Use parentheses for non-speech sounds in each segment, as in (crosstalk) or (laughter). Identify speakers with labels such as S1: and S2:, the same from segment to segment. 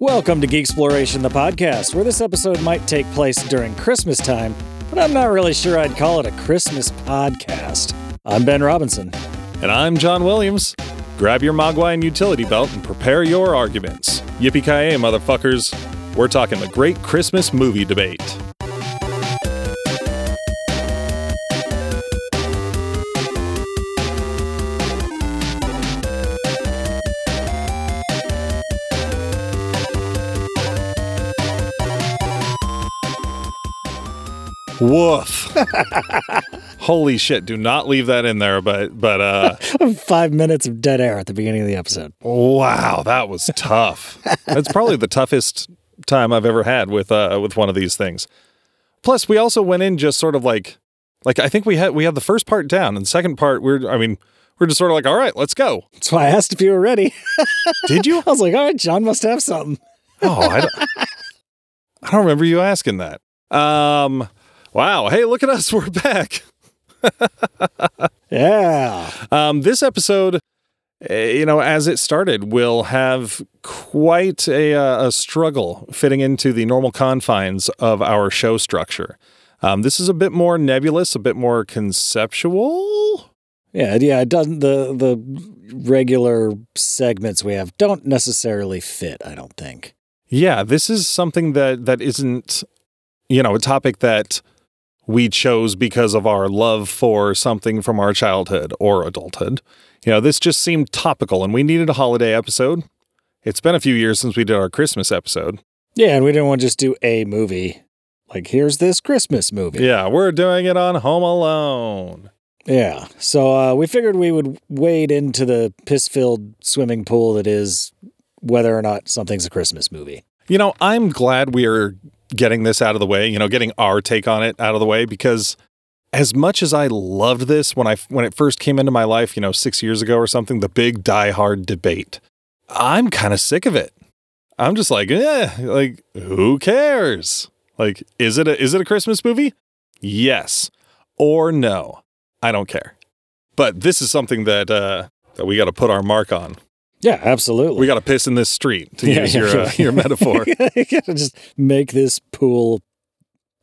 S1: Welcome to Geek Exploration, the podcast, where this episode might take place during Christmas time, but I'm not really sure I'd call it a Christmas podcast. I'm Ben Robinson. (laughs)
S2: And I'm John Williams. Grab your Mogwai and utility belt and prepare your arguments. Yippee ki motherfuckers. We're talking the great Christmas movie debate. Woof. Holy shit, do not leave that in there, but but uh
S1: Five minutes of dead air at the beginning of the episode.
S2: Wow, that was tough. That's probably the toughest time I've ever had with uh with one of these things. Plus, we also went in just sort of like like I think we had we had the first part down and the second part we're I mean we're just sort of like all right, let's go.
S1: That's why I asked if you were ready.
S2: Did
S1: (laughs)
S2: you?
S1: I was like, all right, John must have something.
S2: Oh, I don't, I don't remember you asking that. Um, wow. Hey, look at us, we're back.
S1: Yeah.
S2: Um, this episode, eh, you know, as it started, will have quite a, uh, a struggle fitting into the normal confines of our show structure. Um, this is a bit more nebulous, a bit more conceptual.
S1: Yeah, yeah, it doesn't the the regular segments we have don't necessarily fit, I don't think.
S2: Yeah, this is something that that isn't, you know, a topic that we chose because of our love for something from our childhood or adulthood. You know, this just seemed topical, and we needed a holiday episode. It's been a few years since we did our Christmas episode.
S1: Yeah, and we didn't want to just do a movie. Like here's this Christmas movie.
S2: Yeah, we're doing it on Home Alone.
S1: Yeah. So uh, we figured we would wade into the piss filled swimming pool that is whether or not something's a Christmas movie.
S2: You know, I'm glad we are getting this out of the way, you know, getting our take on it out of the way because as much as I loved this when I when it first came into my life, you know, 6 years ago or something, the big Die Hard debate. I'm kind of sick of it. I'm just like, eh, like who cares? Like is it a is it a Christmas movie? Yes or no. I don't care. But this is something that uh that we got to put our mark on.
S1: Yeah, absolutely.
S2: We got to piss in this street to
S1: Yeah,
S2: use
S1: yeah,
S2: your uh,
S1: (laughs) yeah.
S2: your metaphor.
S1: We gotta just make this pool.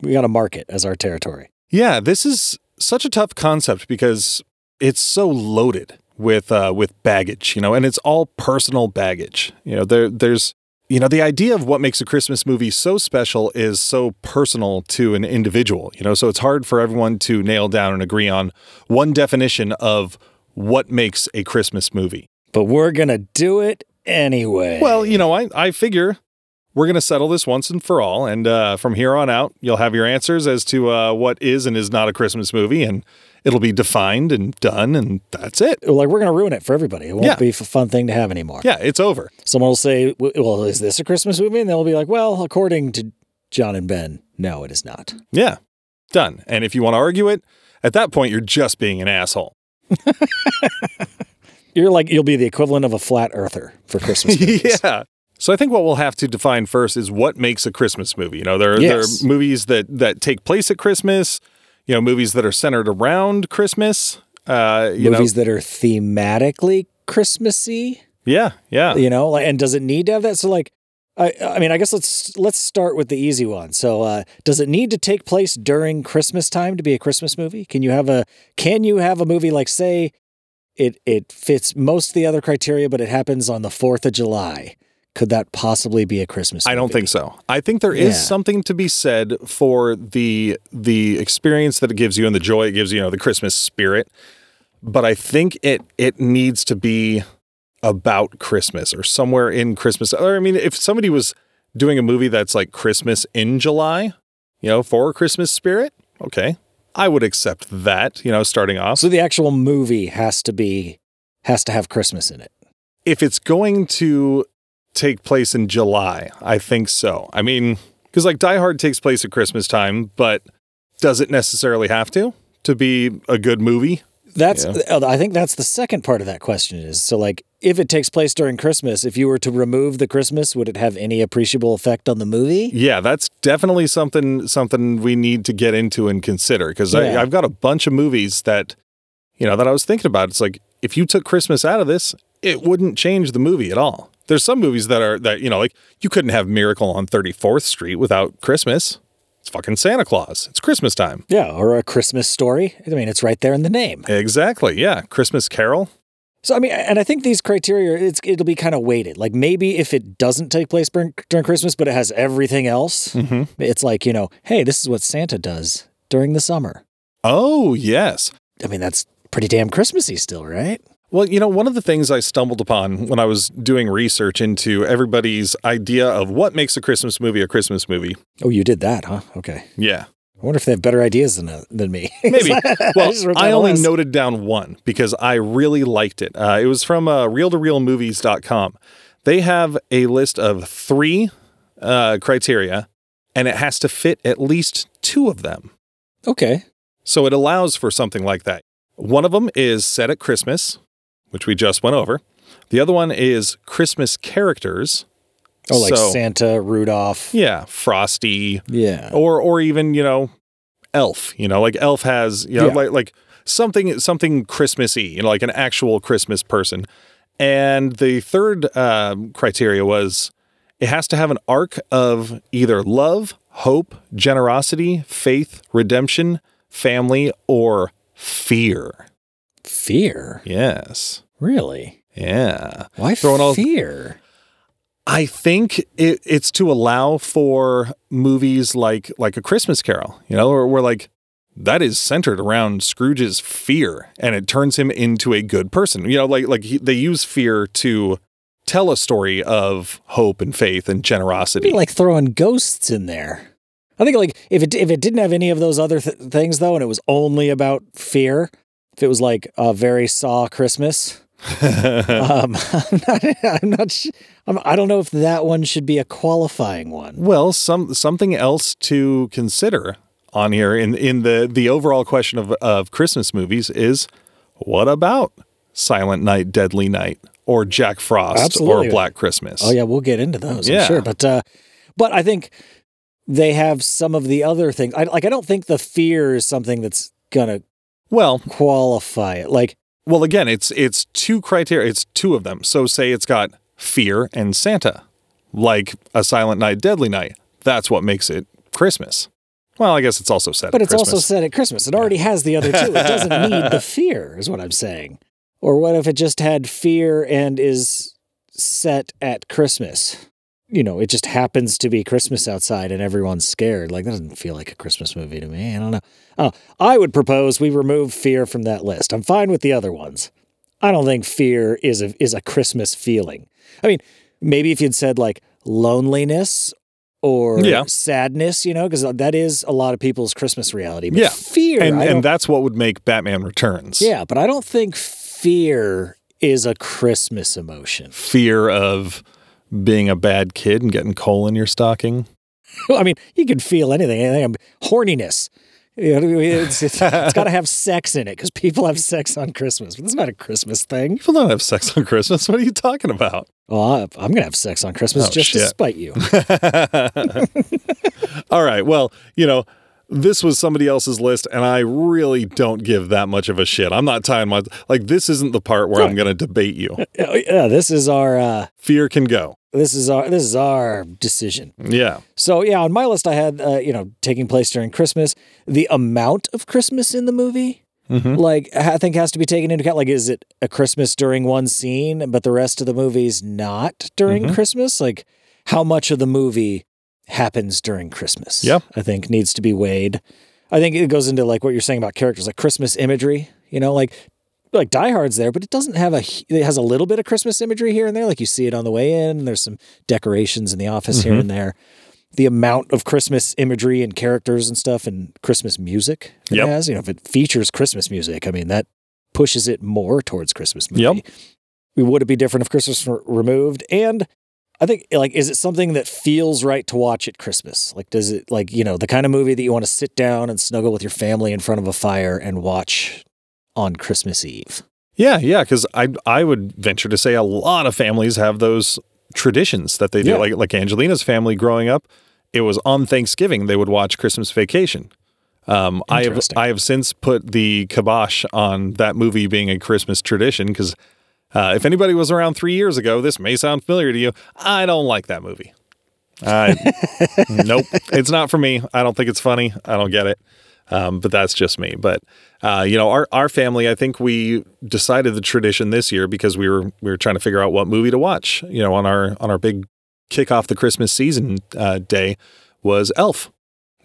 S1: We got to mark it as our territory.
S2: yeah, this is such a tough concept because it's so loaded with uh, with baggage, you know, and it's all personal baggage. You know, there there's you know the idea of what makes a Christmas movie so special is so personal to an individual. You know, so it's hard for everyone to nail down and agree on one definition of what makes a Christmas movie.
S1: But we're going to do it anyway.
S2: Well, you know, I, I figure we're going to settle this once and for all. And uh, from here on out, you'll have your answers as to uh, what is and is not a Christmas movie. And it'll be defined and done. And that's it.
S1: like we're going to ruin it for everybody. It won't
S2: Yeah.
S1: be a fun thing to have anymore.
S2: Yeah, it's over.
S1: Someone will say, "W- well, is this a Christmas movie? And they'll be like, well, according to John and Ben, no, it is not.
S2: Yeah, done. And if you want to argue it, at that point, you're just being
S1: (laughs)
S2: an asshole.
S1: You're like, you'll be the equivalent of a flat earther for Christmas movies.
S2: (laughs) yeah. So I think what we'll have to define first is what makes a Christmas movie. You know, there,
S1: Yes.
S2: there are movies that that take place at Christmas. You know, movies that are centered around Christmas. Uh, you know,
S1: movies that are thematically Christmassy,
S2: yeah, yeah,
S1: you know, like, and does it need to have that? So like, I, I mean, I guess let's, let's start with the easy one. So, uh, does it need to take place during Christmas time to be a Christmas movie? Can you have a, can you have a movie like say it, it fits most of the other criteria, but it happens on the 4th of July. Could that possibly be a Christmas?
S2: I don't
S1: movie?
S2: think so. I think there is
S1: Yeah.
S2: something to be said for the the experience that it gives you and the joy it gives you, you know, the Christmas spirit. But I think it it needs to be about Christmas or somewhere in Christmas. Or I mean, if somebody was doing a movie that's like Christmas in July, you know, for Christmas spirit, okay. I would accept that, you know, starting off.
S1: So the actual movie has to be, has to have Christmas in it.
S2: if it's going to take place in July, I think so. I mean, because like Die Hard takes place at Christmas time, but does it necessarily have to to be a good movie?
S1: That's
S2: Yeah.
S1: uh, I think that's the second part of that question is so like if it takes place during Christmas, if you were to remove the Christmas, would it have any appreciable effect on the movie?
S2: Yeah, that's definitely something something we need to get into and consider because
S1: Yeah.
S2: I've got a bunch of movies that you know that I was thinking about. It's like if you took Christmas out of this, it wouldn't change the movie at all. There's some movies that are that you know, like you couldn't have Miracle on 34th Street without Christmas. It's fucking Santa Claus. It's Christmas time.
S1: Yeah, or a Christmas story. I mean, it's right there in the name.
S2: Exactly. Yeah, Christmas Carol.
S1: So I mean, and I think these criteria, it's it'll be kind of weighted. Like maybe if it doesn't take place during, during Christmas, but it has everything else,
S2: Mhm.
S1: it's like you know, hey, this is what Santa does during the summer.
S2: Oh yes.
S1: I mean, that's pretty damn Christmassy still, right?
S2: Well, you know, one of the things I stumbled upon when I was doing research into everybody's idea of what makes a Christmas movie a Christmas movie.
S1: Oh, you did that, huh? Okay. (laughs)
S2: Yeah.
S1: I wonder if they have better ideas than uh, than me.
S2: Maybe.
S1: (laughs)
S2: Well,
S1: just wrote down
S2: I,
S1: a
S2: only
S1: list.
S2: noted down one because I really liked it. Uh, it was from uh, realtorealmovies.com. They have a list of three uh, criteria, and it has to fit at least two of them.
S1: Okay.
S2: So it allows for something like that. One of them is set at Christmas, which we just went over. The other one is Christmas characters.
S1: Oh, like
S2: So-
S1: Santa, Rudolph.
S2: Yeah, Frosty,
S1: Yeah.
S2: or or even you know elf you know like elf has you know
S1: Yeah.
S2: like like something something christmassy you know like an actual christmas person and the third um, criteria was it has to have an arc of either love hope generosity faith redemption family or fear
S1: Fear.
S2: yes
S1: Really?
S2: yeah
S1: Why
S2: Throwing all-
S1: fear?
S2: I think it, it's to allow for movies like like a Christmas Carol, you know, where, where like that is centered around Scrooge's fear, and it turns him into a good person. You know, like like he, they use fear to tell a story of hope and faith and
S1: It'd
S2: generosity.
S1: be like throwing ghosts in there. I think like if it if it didn't have any of those other th- things though, and it was only about fear, if it was like a very Saw Christmas,
S2: (laughs)
S1: um, (laughs) I'm not, I'm not, sh- I'm, I don't know if that one should be a qualifying one.
S2: well, some something else to consider on here in in the the overall question of of Christmas movies is what about Silent Night, Deadly Night, or Jack Frost,
S1: Absolutely.
S2: or Black Christmas?
S1: Oh yeah, we'll get into those, I'm
S2: Yeah.
S1: sure. But uh, but I think they have some of the other things. I like. I don't think the fear is something that's gonna
S2: Well,
S1: qualify it. Like
S2: well, again, it's it's two criteria. It's two of them. So say it's got fear and Santa, like a Silent Night, Deadly Night. That's what makes it Christmas. Well, I guess it's also set.
S1: But
S2: at
S1: it's also
S2: Christmas.
S1: set at Christmas. It already has the other two. It doesn't need the fear, is what I'm saying. Or what if it just had fear and is set at Christmas? You know, it just happens to be Christmas outside and everyone's scared. Like, that doesn't feel like a Christmas movie to me. I don't know. Oh, I would propose we remove fear from that list. I'm fine with the other ones. I don't think fear is a, is a Christmas feeling. I mean, maybe if you'd said like loneliness or
S2: Yeah.
S1: sadness, you know, because that is a lot of people's Christmas reality. But
S2: Yeah.
S1: fear.
S2: and
S1: I don't-
S2: and that's what would make Batman Returns.
S1: yeah, but I don't think fear is a Christmas emotion.
S2: fear of being a bad kid and getting coal in your stocking.
S1: (laughs) I mean, you can feel anything. anything um, horniness. You know, it's, it's, it's got to have sex in it because people have sex on Christmas. But it's not a Christmas thing.
S2: People don't have sex on Christmas. What are you talking about?
S1: Well, I, I'm going to have sex on Christmas
S2: Oh,
S1: just to
S2: shit.
S1: spite you. (laughs)
S2: All right. Well, you know, this was somebody else's list, and I really don't give that much of a shit. I'm not tying my like. This isn't the part where I'm going to debate you.
S1: yeah, Oh, yeah, this is our uh,
S2: Fear can go.
S1: this is our this is our decision.
S2: Yeah.
S1: So yeah, on my list I had uh, you know taking place during Christmas. The amount of Christmas in the movie,
S2: Mhm.
S1: like I think, has to be taken into account. Like, is it a Christmas during one scene, but the rest of the movie's not during
S2: Mhm.
S1: Christmas? Like, how much of the movie happens during Christmas?
S2: Yeah.
S1: I think needs to be weighed. I think it goes into like what you're saying about characters, like Christmas imagery. You know, like like Die Hard's there, but it doesn't have a. hu- It has a little bit of Christmas imagery here and there. Like you see it on the way in. and There's some decorations in the office here
S2: Mhm.
S1: and there. The amount of Christmas imagery and characters and stuff and Christmas music it
S2: Yep.
S1: has. You know, if it features Christmas music, I mean that pushes it more towards Christmas movie.
S2: Yep.
S1: We would it be different if Christmas were removed? And I think like is it something that feels right to watch at Christmas? Like does it like you know the kind of movie that you want to sit down and snuggle with your family in front of a fire and watch on Christmas Eve?
S2: Yeah. Yeah. Because I I would venture to say a lot of families have those traditions that they do.
S1: Yeah.
S2: Like like Angelina's family growing up, it was on Thanksgiving they would watch Christmas Vacation. Um, I have
S1: Interesting.
S2: I have since put the kibosh on that movie being a Christmas tradition because Uh, if anybody was around three years ago, this may sound familiar to you. I don't like that movie. I, (laughs) nope, it's not for me. I don't think it's funny. I don't get it. Um, but that's just me. But uh, you know, our our family, I think we decided the tradition this year because we were we were trying to figure out what movie to watch. You know, on our on our big kick off the Christmas season uh, day was Elf.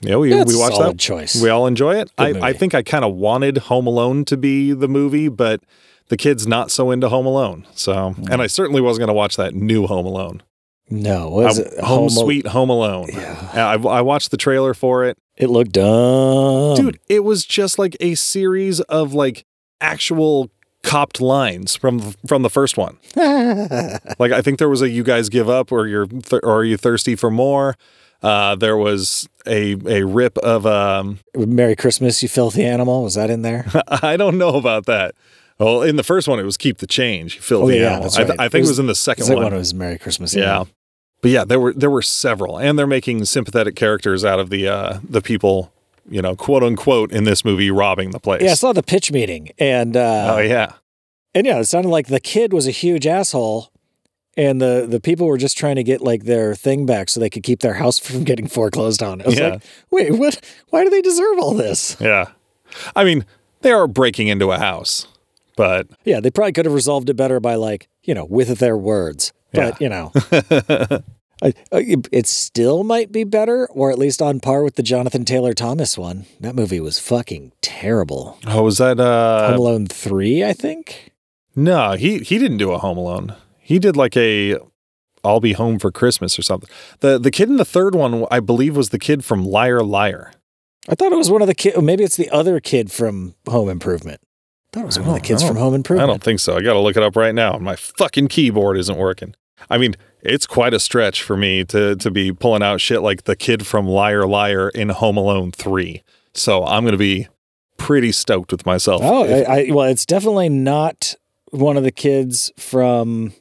S2: You know, we,
S1: That's
S2: we watched
S1: solid
S2: that.
S1: choice.
S2: We all enjoy it.
S1: Good
S2: I,
S1: movie.
S2: I think I kind of wanted Home Alone to be the movie, but the kid's not so into Home Alone. So, and I certainly wasn't going to watch that new Home Alone.
S1: no, was
S2: I-
S1: it
S2: Um, Home,
S1: Al-
S2: Sweet Home Alone.
S1: Yeah.
S2: I, I watched the trailer for it.
S1: It looked dumb,
S2: Dude, it was just like a series of like actual copped lines from from the
S1: (laughs)
S2: first one. (laughs) Like I think there was a "You guys give up" or "You're th- or are you thirsty for more." Uh, there was a a rip of um, (laughs)
S1: Merry Christmas, you filthy animal. Was that in there?
S2: I don't know about that. Well, in the first one, it was keep the change, you filthy
S1: Oh, yeah,
S2: animal.
S1: that's
S2: I, th-
S1: right.
S2: I
S1: It
S2: think it
S1: was-
S2: was in the
S1: The
S2: (laughs) second
S1: second
S2: one.
S1: one was Merry Christmas.
S2: yeah. but yeah, there were there were several, and they're making sympathetic characters out of the uh, the people, you know, quote unquote, in this movie robbing the place.
S1: Yeah, I saw the pitch meeting and uh
S2: oh yeah,
S1: and yeah, it sounded like the kid was a huge asshole and the the people were just trying to get like their thing back so they could keep their house (laughs) from getting foreclosed on. I was
S2: Yeah.
S1: like, "Wait, what why do they deserve all this?"
S2: yeah. I mean, they are breaking into a house, but
S1: Yeah, they probably could have resolved it better by like, you know, with their words. But, you
S2: (laughs)
S1: know, I, I, it still might be better or at least on par with the Jonathan Taylor Thomas one. That movie was fucking terrible.
S2: oh, was that uh?
S1: Home Alone 3, I think.
S2: No, he he didn't do a Home Alone. He did like a I'll be home for Christmas or something. The the kid in the third one, I believe, was the kid from Liar Liar.
S1: I thought it was one of the kid. Maybe it's the other kid from Home Improvement. I thought it was
S2: I
S1: one of the
S2: don't
S1: kids
S2: know.
S1: from Home
S2: I
S1: Improvement.
S2: don't think so. I got to look it up right now. My fucking keyboard isn't working. I mean, it's quite a stretch for me to to be pulling out shit like the kid from Liar Liar in Home Alone 3. So I'm going to be pretty stoked with myself.
S1: Oh,
S2: if-
S1: I, I, well, it's definitely not one of the kids from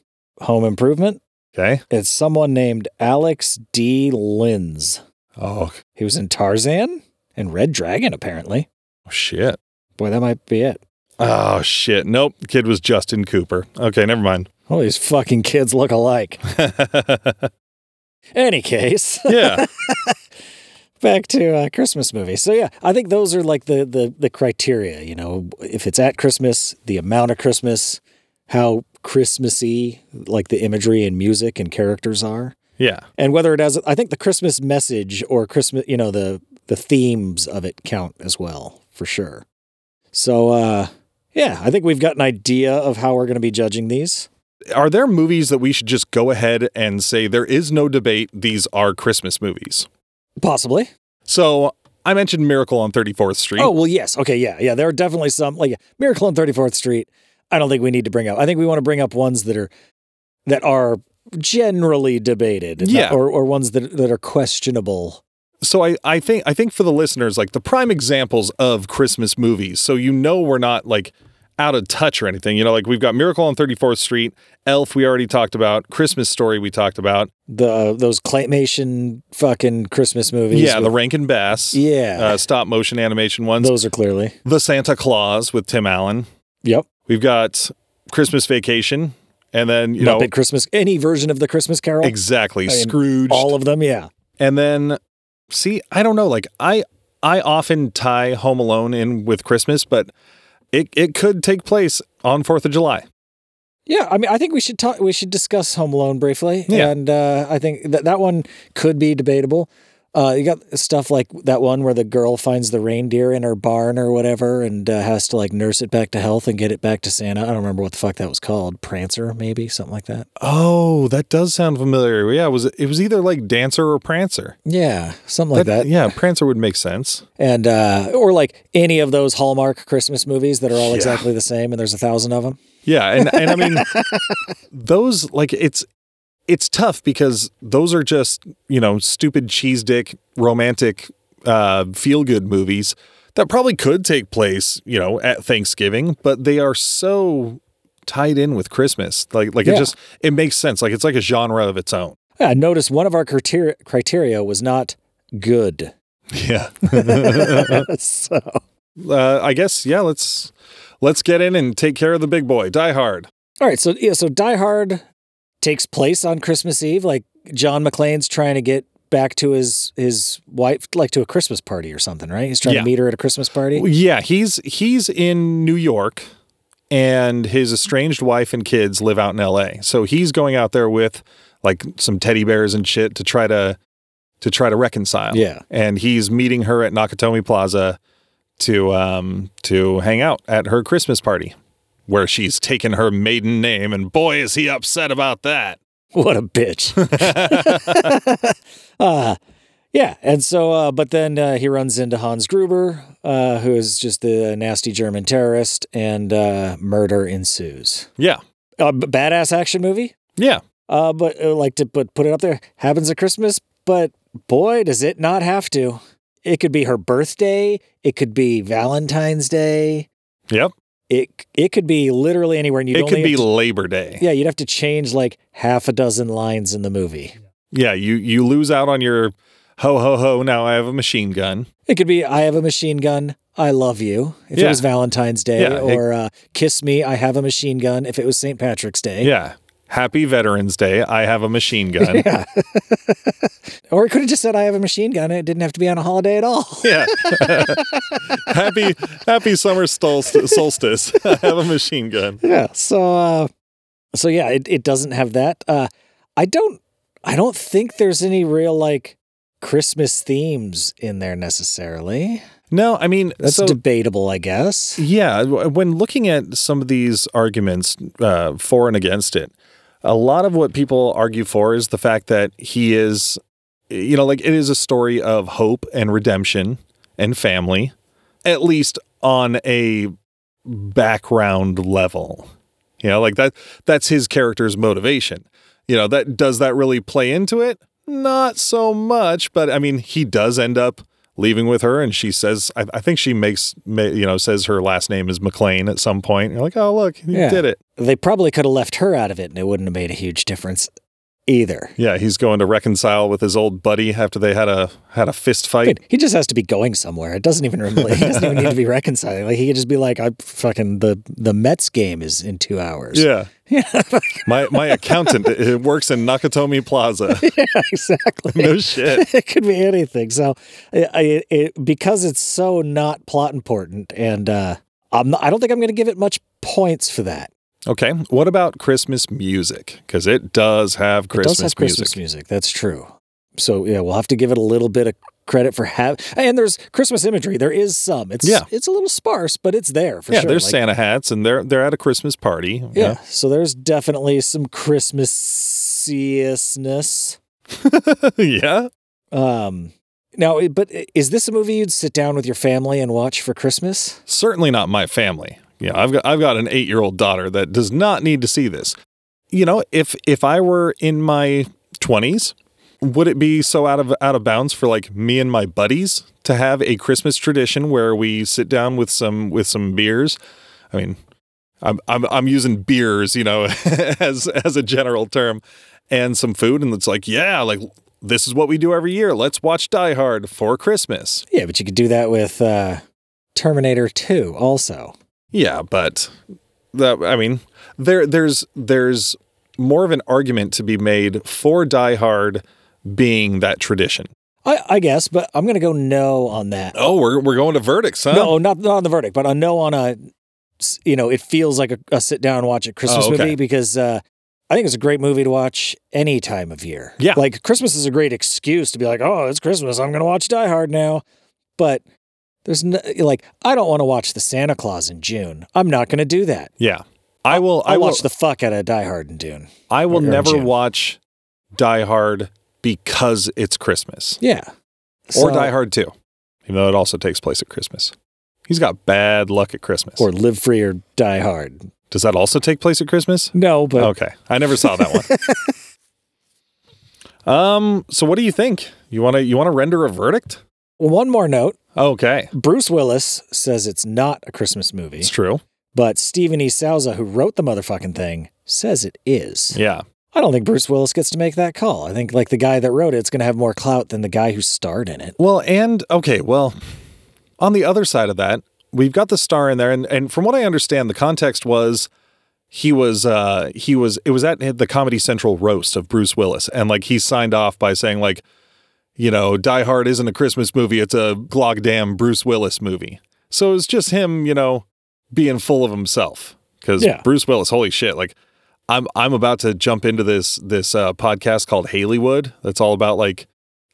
S1: Home Improvement.
S2: okay.
S1: It's someone named Alex D. Linz.
S2: Oh,
S1: He was in Tarzan and Red Dragon, apparently.
S2: oh, shit.
S1: Boy, that might be it.
S2: Oh, shit. Nope. Kid was Justin Cooper. Okay, never mind. (laughs)
S1: All these fucking kids look alike. Any case. (laughs)
S2: yeah.
S1: back to uh, Christmas movies. So yeah, I think those are like the the the criteria. You know, if it's at Christmas, the amount of Christmas, how Christmassy like the imagery and music and characters are,
S2: Yeah.
S1: and whether it has. I think the Christmas message or Christmas, you know, the the themes of it count as well for sure. So uh, yeah, I think we've got an idea of how we're going to be judging these.
S2: Are there movies that we should just go ahead and say there is no debate? These are Christmas movies.
S1: Possibly.
S2: So I mentioned Miracle on 34th Street.
S1: Oh well, yes. Okay, yeah, yeah. There are definitely some like Miracle on Thirty Fourth Street. I don't think we need to bring up. I think we want to bring up ones that are that are generally debated, and not-
S2: Yeah.
S1: or or ones that that are questionable.
S2: So I, I think I think for the listeners, like the prime examples of Christmas movies. So you know we're not like out of touch or anything. You know, like we've got Miracle on 34th Street, Elf we already talked about, Christmas Story we talked about.
S1: The those claymation fucking Christmas movies.
S2: Yeah, the
S1: with-
S2: Rankin Bass.
S1: yeah.
S2: Uh, stop motion animation ones.
S1: those are clearly.
S2: the Santa Claus with Tim Allen.
S1: Yep.
S2: We've got Christmas Vacation. And then, you
S1: You
S2: know,
S1: Muppet Christmas. Any version of the Christmas Carol.
S2: Exactly.
S1: I mean,
S2: Scrooge.
S1: All of them. Yeah.
S2: and then see, I don't know, like I I often tie Home Alone in with Christmas, but it it could take place on 4th of July.
S1: Yeah, I mean, I think we should talk. We should discuss Home Alone briefly,
S2: Yeah.
S1: and uh, I think that that one could be debatable. Uh, you got stuff like that one where the girl finds the reindeer in her barn or whatever, and uh, has to like nurse it back to health and get it back to Santa. I don't remember what the fuck that was called. Prancer, maybe something like that.
S2: Oh, that does sound familiar. Yeah, it was it was either like Dancer or Prancer.
S1: Yeah, something like that.
S2: Yeah, Prancer would make sense.
S1: And uh, or like any of those Hallmark Christmas movies that are all
S2: Yeah.
S1: exactly the same, and there's a thousand of them.
S2: Yeah, and and I mean those like it's it's tough because those are just, you know, stupid cheese dick romantic uh feel good movies that probably could take place, you know, at Thanksgiving, but they are so tied in with Christmas. Like like it
S1: Yeah.
S2: just it makes sense. Like it's like a genre of its own.
S1: Yeah, I noticed one of our criteria criteria was not (laughs) good.
S2: Yeah.
S1: so.
S2: uh, I guess yeah, let's let's get in and take care of the big boy. Die Hard.
S1: All right, so yeah, so Die Hard takes place on Christmas Eve. Like John McClane's trying to get back to his his wife, like to a Christmas party or something, right? He's trying
S2: Yeah.
S1: to meet her at a Christmas party.
S2: Yeah, he's he's in New York and his estranged wife and kids live out in LA. So he's going out there with like some teddy bears and shit to try to to try to reconcile.
S1: Yeah.
S2: And he's meeting her at Nakatomi Plaza to um to hang out at her Christmas party where she's taken her maiden name and boy is he upset about that.
S1: What a bitch. (laughs) uh, yeah, and so, uh, but then uh, he runs into Hans Gruber, uh, who is just the nasty German terrorist, and uh, murder ensues.
S2: Yeah.
S1: A b- badass action movie,
S2: Yeah.
S1: uh, but uh, like to put put it up there. Happens at Christmas, but boy, does it not have to. It could be her birthday. It could be Valentine's Day.
S2: Yep.
S1: It it could be literally anywhere, and you
S2: it could be
S1: have to,
S2: Labor Day.
S1: yeah, you'd have to change like half a dozen lines in the movie.
S2: Yeah, you you lose out on your ho ho ho. Now I have a machine gun.
S1: It could be I have a machine gun. I love you. If it
S2: Yeah.
S1: was Valentine's Day,
S2: Yeah, it-
S1: or uh, kiss me. I have a machine gun. If it was St. Patrick's Day,
S2: Yeah, Happy Veterans Day. I have a
S1: (laughs)
S2: machine gun. yeah,
S1: or it could have just said I have a machine gun. and It didn't have to be on a holiday at all.
S2: (laughs) happy Happy Summer solst- Solstice. (laughs) I have a machine gun.
S1: yeah. So, uh, so yeah, it, it doesn't have that. Uh, I don't. I don't think there's any real like Christmas themes in there necessarily.
S2: No, I mean
S1: That's
S2: so.
S1: debatable, I guess.
S2: yeah, w- when looking at some of these arguments uh, for and against it, a lot of what people argue for is the fact that he is, you know, like it is a story of hope and redemption and family, at least on a background level. You know, like that that's his character's motivation. You know, that does that really play into it? Not so much, but I mean, he does end up leaving with her and she says I, I think she makes ma- you know says her last name is McLean at some point. You're like, "Oh, look, he
S1: Yeah.
S2: did it."
S1: They probably could have left her out of it, and it wouldn't have made a huge difference either.
S2: Yeah, he's going to reconcile with his old buddy after they had a had a fist fight.
S1: Dude, he just has to be going somewhere. It doesn't even really, he doesn't even need to be (laughs) reconciling. Like he could just be like, "I fucking the the Mets game is in two hours."
S2: Yeah. my my accountant uh, works in Nakatomi Plaza.
S1: (laughs) exactly.
S2: No shit.
S1: (laughs) it could be anything. So, I, I, it, because it's so not plot important, and uh, I'm not, I don't think I'm going to give it much points for that.
S2: Okay. What about Christmas music? Because it does have Christmas
S1: it does have
S2: music.
S1: Christmas music. That's true. So yeah, we'll have to give it a little bit of credit for have. And there's Christmas imagery. There is some. It's
S2: Yeah.
S1: it's a little sparse, but it's there for
S2: yeah,
S1: sure.
S2: there's
S1: Like,
S2: Santa hats and they're they're at a Christmas party.
S1: Yeah. So there's definitely some Christmasiness.
S2: Yeah. (laughs) yeah.
S1: Um now i- but i- is this a movie you'd sit down with your family and watch for Christmas?
S2: Certainly not my family. Yeah, I've got I've got an eight year old daughter that does not need to see this. You know, if if I were in my twenties, would it be so out of out of bounds for like me and my buddies to have a Christmas tradition where we sit down with some with some beers? I mean, I'm I'm I'm using beers, you know, (laughs) as as a general term, and some food, and it's like, yeah, like this is what we do every year. Let's watch Die Hard for Christmas.
S1: Yeah, but you could do that with uh Terminator 2 also.
S2: Yeah, but that I mean, there there's there's more of an argument to be made for Die Hard being that tradition.
S1: I, I guess, but I'm gonna go no on that.
S2: Oh, we're we're going to verdicts, huh?
S1: No, not, not on the verdict, but a no on a, s- you know, it feels like a, a sit down watch at Christmas
S2: Oh, okay.
S1: movie because uh, I think it's a great movie to watch any time of year.
S2: Yeah.
S1: Like Christmas is a great excuse to be like, oh, it's Christmas. I'm going to watch Die Hard now. But there's no, like, I don't want to watch The Santa Claus in June. I'm not going to do that.
S2: Yeah, I will.
S1: I'll
S2: I will.
S1: watch the fuck out of Die Hard in June.
S2: I will
S1: or in
S2: never
S1: June.
S2: watch Die Hard because it's Christmas
S1: Yeah.
S2: or Die Hard Two, even though it also takes place at Christmas. He's got bad luck at Christmas.
S1: Or Live Free or Die Hard.
S2: Does that also take place at Christmas?
S1: No, but
S2: okay, I never saw that one. (laughs) um. So, what do you think? You want to you want to render a verdict?
S1: one more note.
S2: Okay,
S1: Bruce Willis says it's not a Christmas movie.
S2: it's true.
S1: But Stephen E. Souza, who wrote the motherfucking thing, says it is.
S2: Yeah,
S1: I don't think Bruce Willis gets to make that call. I think like the guy that wrote it's going to have more clout than the guy who starred in it.
S2: Well, and okay, well, on the other side of that, we've got the star in there, and, and from what I understand, the context was he was uh he was it was at the Comedy Central roast of Bruce Willis and like he signed off by saying like you know Die Hard isn't a Christmas movie it's a goddamn Bruce Willis movie. So it was just him, you know, being full of himself cuz
S1: Yeah.
S2: Bruce Willis holy shit like I'm I'm about to jump into this this uh podcast called Haleywood that's all about like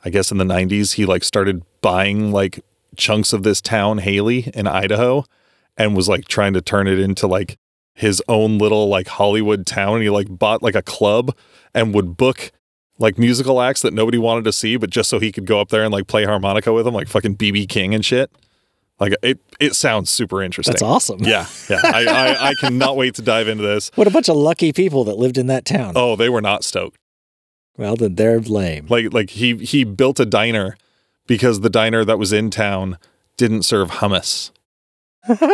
S2: I guess in the 90s he like started buying like chunks of this town Haley in Idaho and was like trying to turn it into like his own little like Hollywood town. He like bought like a club and would book like musical acts that nobody wanted to see, but just so he could go up there and like play harmonica with them, like fucking BB King and shit. Like it, it sounds super interesting.
S1: That's awesome.
S2: Yeah, yeah. I, I, I cannot wait to dive into this.
S1: What a bunch of lucky people that lived in that town.
S2: Oh, they were not stoked.
S1: Well, then they're lame. (laughs)
S2: Like like he he built a diner because the diner that was in town didn't serve hummus.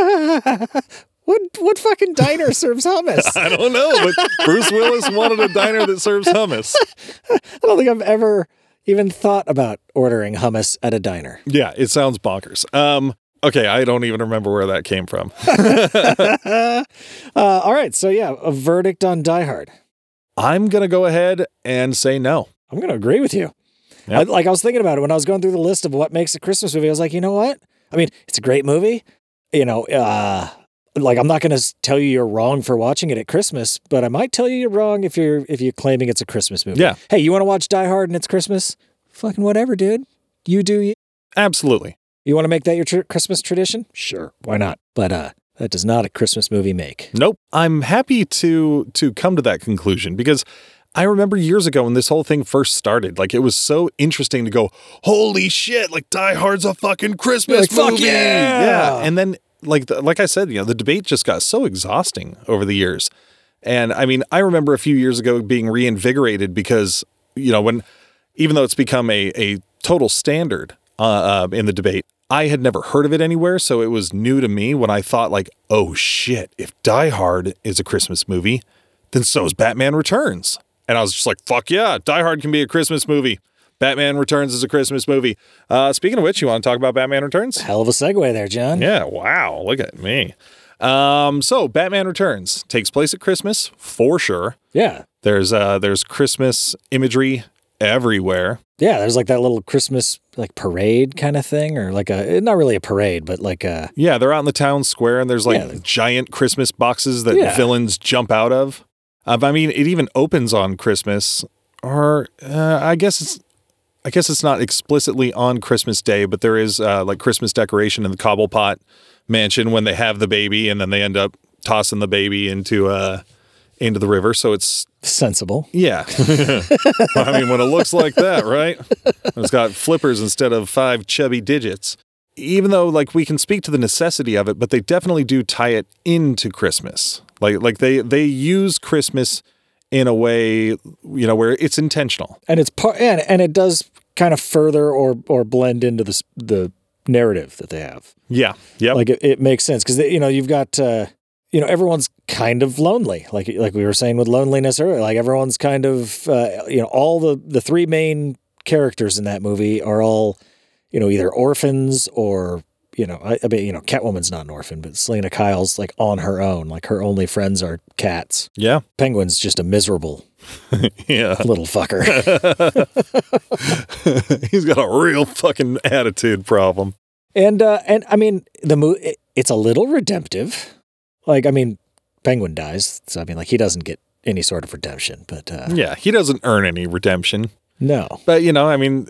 S1: what what fucking diner
S2: (laughs)
S1: serves hummus?
S2: I don't know, but Bruce Willis wanted a diner that serves hummus.
S1: I don't think I've ever even thought about ordering hummus at a diner.
S2: Yeah, it sounds bonkers. Um, okay, I don't even remember where that came from.
S1: (laughs) uh, all right, so yeah, a verdict on Die Hard.
S2: I'm gonna go ahead and say no.
S1: I'm going to agree with you.
S2: Yeah.
S1: I- like I was thinking about it when I was going through the list of what makes a Christmas movie. I was like, you know what? I mean, it's a great movie. You know, uh, like I'm not going to tell you you're wrong for watching it at Christmas, but I might tell you you're wrong if you're if you're claiming it's a Christmas movie.
S2: Yeah.
S1: Hey, you want to watch Die Hard and it's Christmas? Fucking whatever, dude. You do. You,
S2: Absolutely.
S1: you want to make that your tr- Christmas tradition? Sure, why not? But uh, that does not a Christmas movie make.
S2: Nope. I'm happy to to come to that conclusion because I remember years ago when this whole thing first started, like it was so interesting to go, holy shit, like Die Hard's a fucking Christmas
S1: Like, fuck
S2: movie.
S1: yeah.
S2: And then like the, like I said, you know, the debate just got so exhausting over the years. And I mean, I remember a few years ago being reinvigorated because, you know, when even though it's become a a total standard uh, uh, in the debate, I had never heard of it anywhere, so it was new to me when I thought like, oh shit, if Die Hard is a Christmas movie, then so is Batman Returns, and I was just like, fuck yeah, Die Hard can be a Christmas movie. Batman Returns is a Christmas movie. Uh, speaking of which, you want to talk about Batman Returns?
S1: Hell of a segue there, John.
S2: Yeah, wow, look at me. Um, so Batman Returns takes place at Christmas for sure.
S1: yeah.
S2: There's uh there's Christmas imagery everywhere.
S1: Yeah, there's like that little Christmas like parade kind of thing, or like a eh, not really a parade, but like a
S2: Yeah, they're out in the town square and there's like
S1: Yeah.
S2: giant Christmas boxes that
S1: Yeah.
S2: villains jump out of. Um, I mean, it even opens on Christmas or uh, I guess it's I guess it's not explicitly on Christmas Day, but there is uh, like Christmas decoration in the Cobblepot mansion when they have the baby and then they end up tossing the baby into uh into the river. So it's
S1: sensible.
S2: (laughs) Yeah. I mean, when it looks like that, right? It's got flippers instead of five chubby digits. Even though, like, we can speak to the necessity of it, but they definitely do tie it into Christmas. Like, like they they use Christmas in a way, you know, where it's intentional.
S1: and it's part and, and it does kind of further or or blend into the s- the narrative that they have
S2: Yeah. Yep.
S1: like it, it makes sense because you know you've got uh you know everyone's kind of lonely like like we were saying with loneliness earlier like everyone's kind of uh, you know all the the three main characters in that movie are all you know either orphans or you know I, I mean you know catwoman's not an orphan but selena kyle's like on her own like her only friends are cats
S2: yeah.
S1: penguin's just a miserable
S2: (laughs) Yeah.
S1: little fucker
S2: He's got a real fucking attitude problem.
S1: And uh, and I mean the mo- it- it's a little redemptive. Like I mean, Penguin dies, so I mean like he doesn't get any sort of redemption. But uh,
S2: Yeah. He doesn't earn any redemption.
S1: no,
S2: But you know, I mean,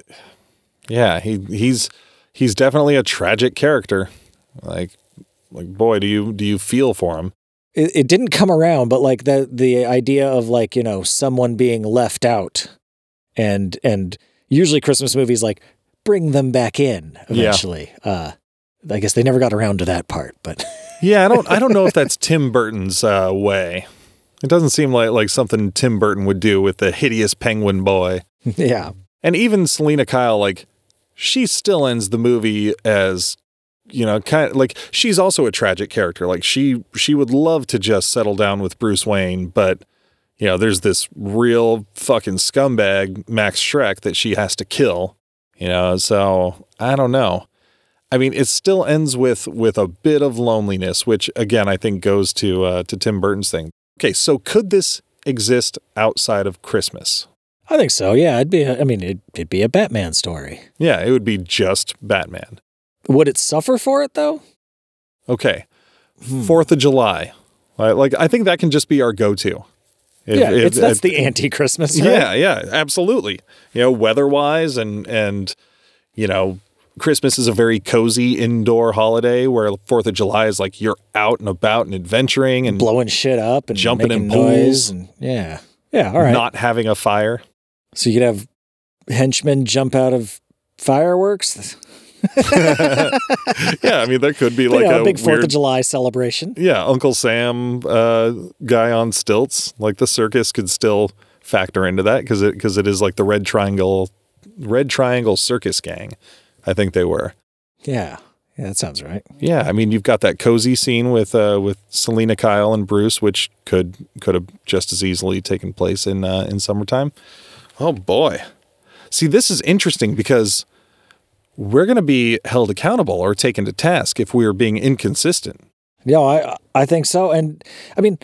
S2: yeah, he he's he's definitely a tragic character. Like like boy, do you do you feel for him?
S1: it, it didn't come around. But like the the idea of like you know someone being left out, and and usually Christmas movies like bring them back in
S2: Yeah.
S1: eventually. Uh, I guess they never got around to that part, but (laughs)
S2: Yeah, I don't I don't know if that's Tim Burton's uh, way. It doesn't seem like like something Tim Burton would do with the hideous penguin boy.
S1: yeah,
S2: And even Selena Kyle, like she still ends the movie as you know, kind of like she's also a tragic character. Like she she would love to just settle down with Bruce Wayne, but you know, there's this real fucking scumbag, Max Shrek, that she has to kill. You know, so I don't know. I mean, it still ends with with a bit of loneliness, which again I think goes to uh, to Tim Burton's thing. Okay, so could this exist outside of Christmas?
S1: I think so. Yeah, it'd be. A, I mean, it'd, it'd be a Batman story.
S2: Yeah, it would be just Batman.
S1: Would it suffer for it though?
S2: Okay, Fourth of July. Like, like, I think that can just be our go-to. If-
S1: yeah,
S2: if-
S1: it's that's
S2: if-
S1: the anti-Christmas. Right?
S2: yeah, yeah, absolutely. You know, weather-wise, and and you know, Christmas is a very cozy indoor holiday where Fourth of July is like you're out and about and adventuring and
S1: blowing shit up and
S2: Jumping
S1: making
S2: in pools.
S1: noise and yeah, yeah. All right.
S2: not having a fire. (laughs)
S1: so you could have henchmen jump out of fireworks.
S2: Yeah, I mean, there could be
S1: You
S2: like
S1: know,
S2: a
S1: a big Fourth
S2: weird
S1: of July celebration.
S2: yeah, Uncle Sam uh, guy on stilts. Like the circus could still factor into that because it because it is like the Red Triangle, Red Triangle Circus Gang. I think they were.
S1: Yeah, yeah, that sounds right.
S2: Yeah, I mean, you've got that cozy scene with uh, with Selena Kyle and Bruce, which could could have just as easily taken place in uh, in summertime. Oh boy, see, this is interesting because we're going to be held accountable or taken to task if we are being inconsistent.
S1: Yeah, I I think so. And I mean,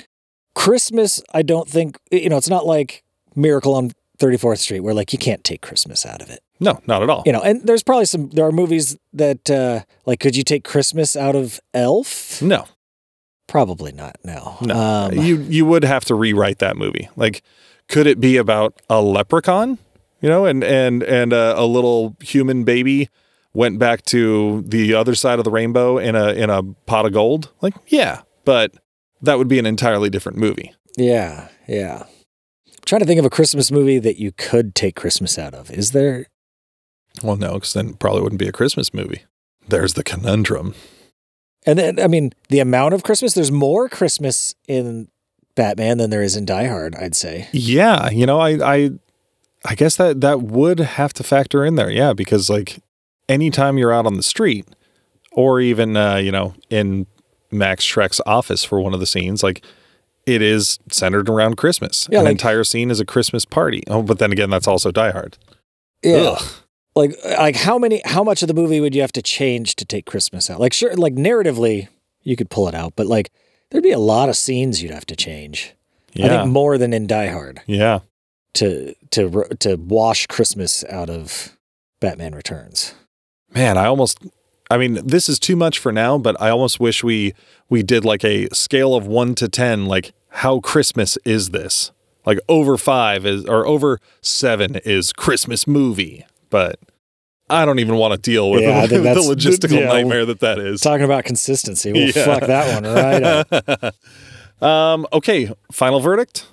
S1: Christmas. I don't think you know. It's not like Miracle on Thirty Fourth Street, where like you can't take Christmas out of it.
S2: No, not at all.
S1: You know, and there's probably some. There are movies that uh like could you take Christmas out of Elf?
S2: No,
S1: Probably not. No.
S2: Hmm. no.
S1: Um,
S2: you you would have to rewrite that movie. Like, could it be about a leprechaun? You know, and and and uh, a little human baby went back to the other side of the rainbow in a in a pot of gold. Like, yeah, but that would be an entirely different movie.
S1: yeah. Yeah. trying to think of a Christmas movie that you could take Christmas out of. Is there?
S2: Well, no, because then it probably wouldn't be a Christmas movie. There's the conundrum.
S1: And then I mean, the amount of Christmas. There's more Christmas in Batman than there is in Die Hard. I'd say.
S2: Yeah, you know, I I I guess that that would have to factor in there. Yeah, because like anytime you're out on the street or even uh, you know, in Max Shrek's office for one of the scenes, like it is centered around Christmas.
S1: Yeah,
S2: An
S1: like-
S2: entire scene is a Christmas party. Oh, but then again, that's also Die Hard.
S1: Yeah.
S2: Ugh.
S1: like like how many how much of the movie would you have to change to take christmas out like sure like narratively you could pull it out but like there'd be a lot of scenes you'd have to change i
S2: Yeah.
S1: think more than in die hard
S2: yeah.
S1: to to r- to wash christmas out of batman returns
S2: Man, I almost I mean, this is too much for now, but I almost wish we we did like a scale of 1 to 10 like how Christmas is this? Like over 5 is or over 7 is Christmas movie, but I don't even want to deal with
S1: Yeah, I
S2: (laughs) the,
S1: think that's-
S2: logistical
S1: yeah, well,
S2: nightmare that that is.
S1: talking about consistency we'll
S2: Yeah.
S1: fuck that one right
S2: (laughs)
S1: up.
S2: um okay, final verdict.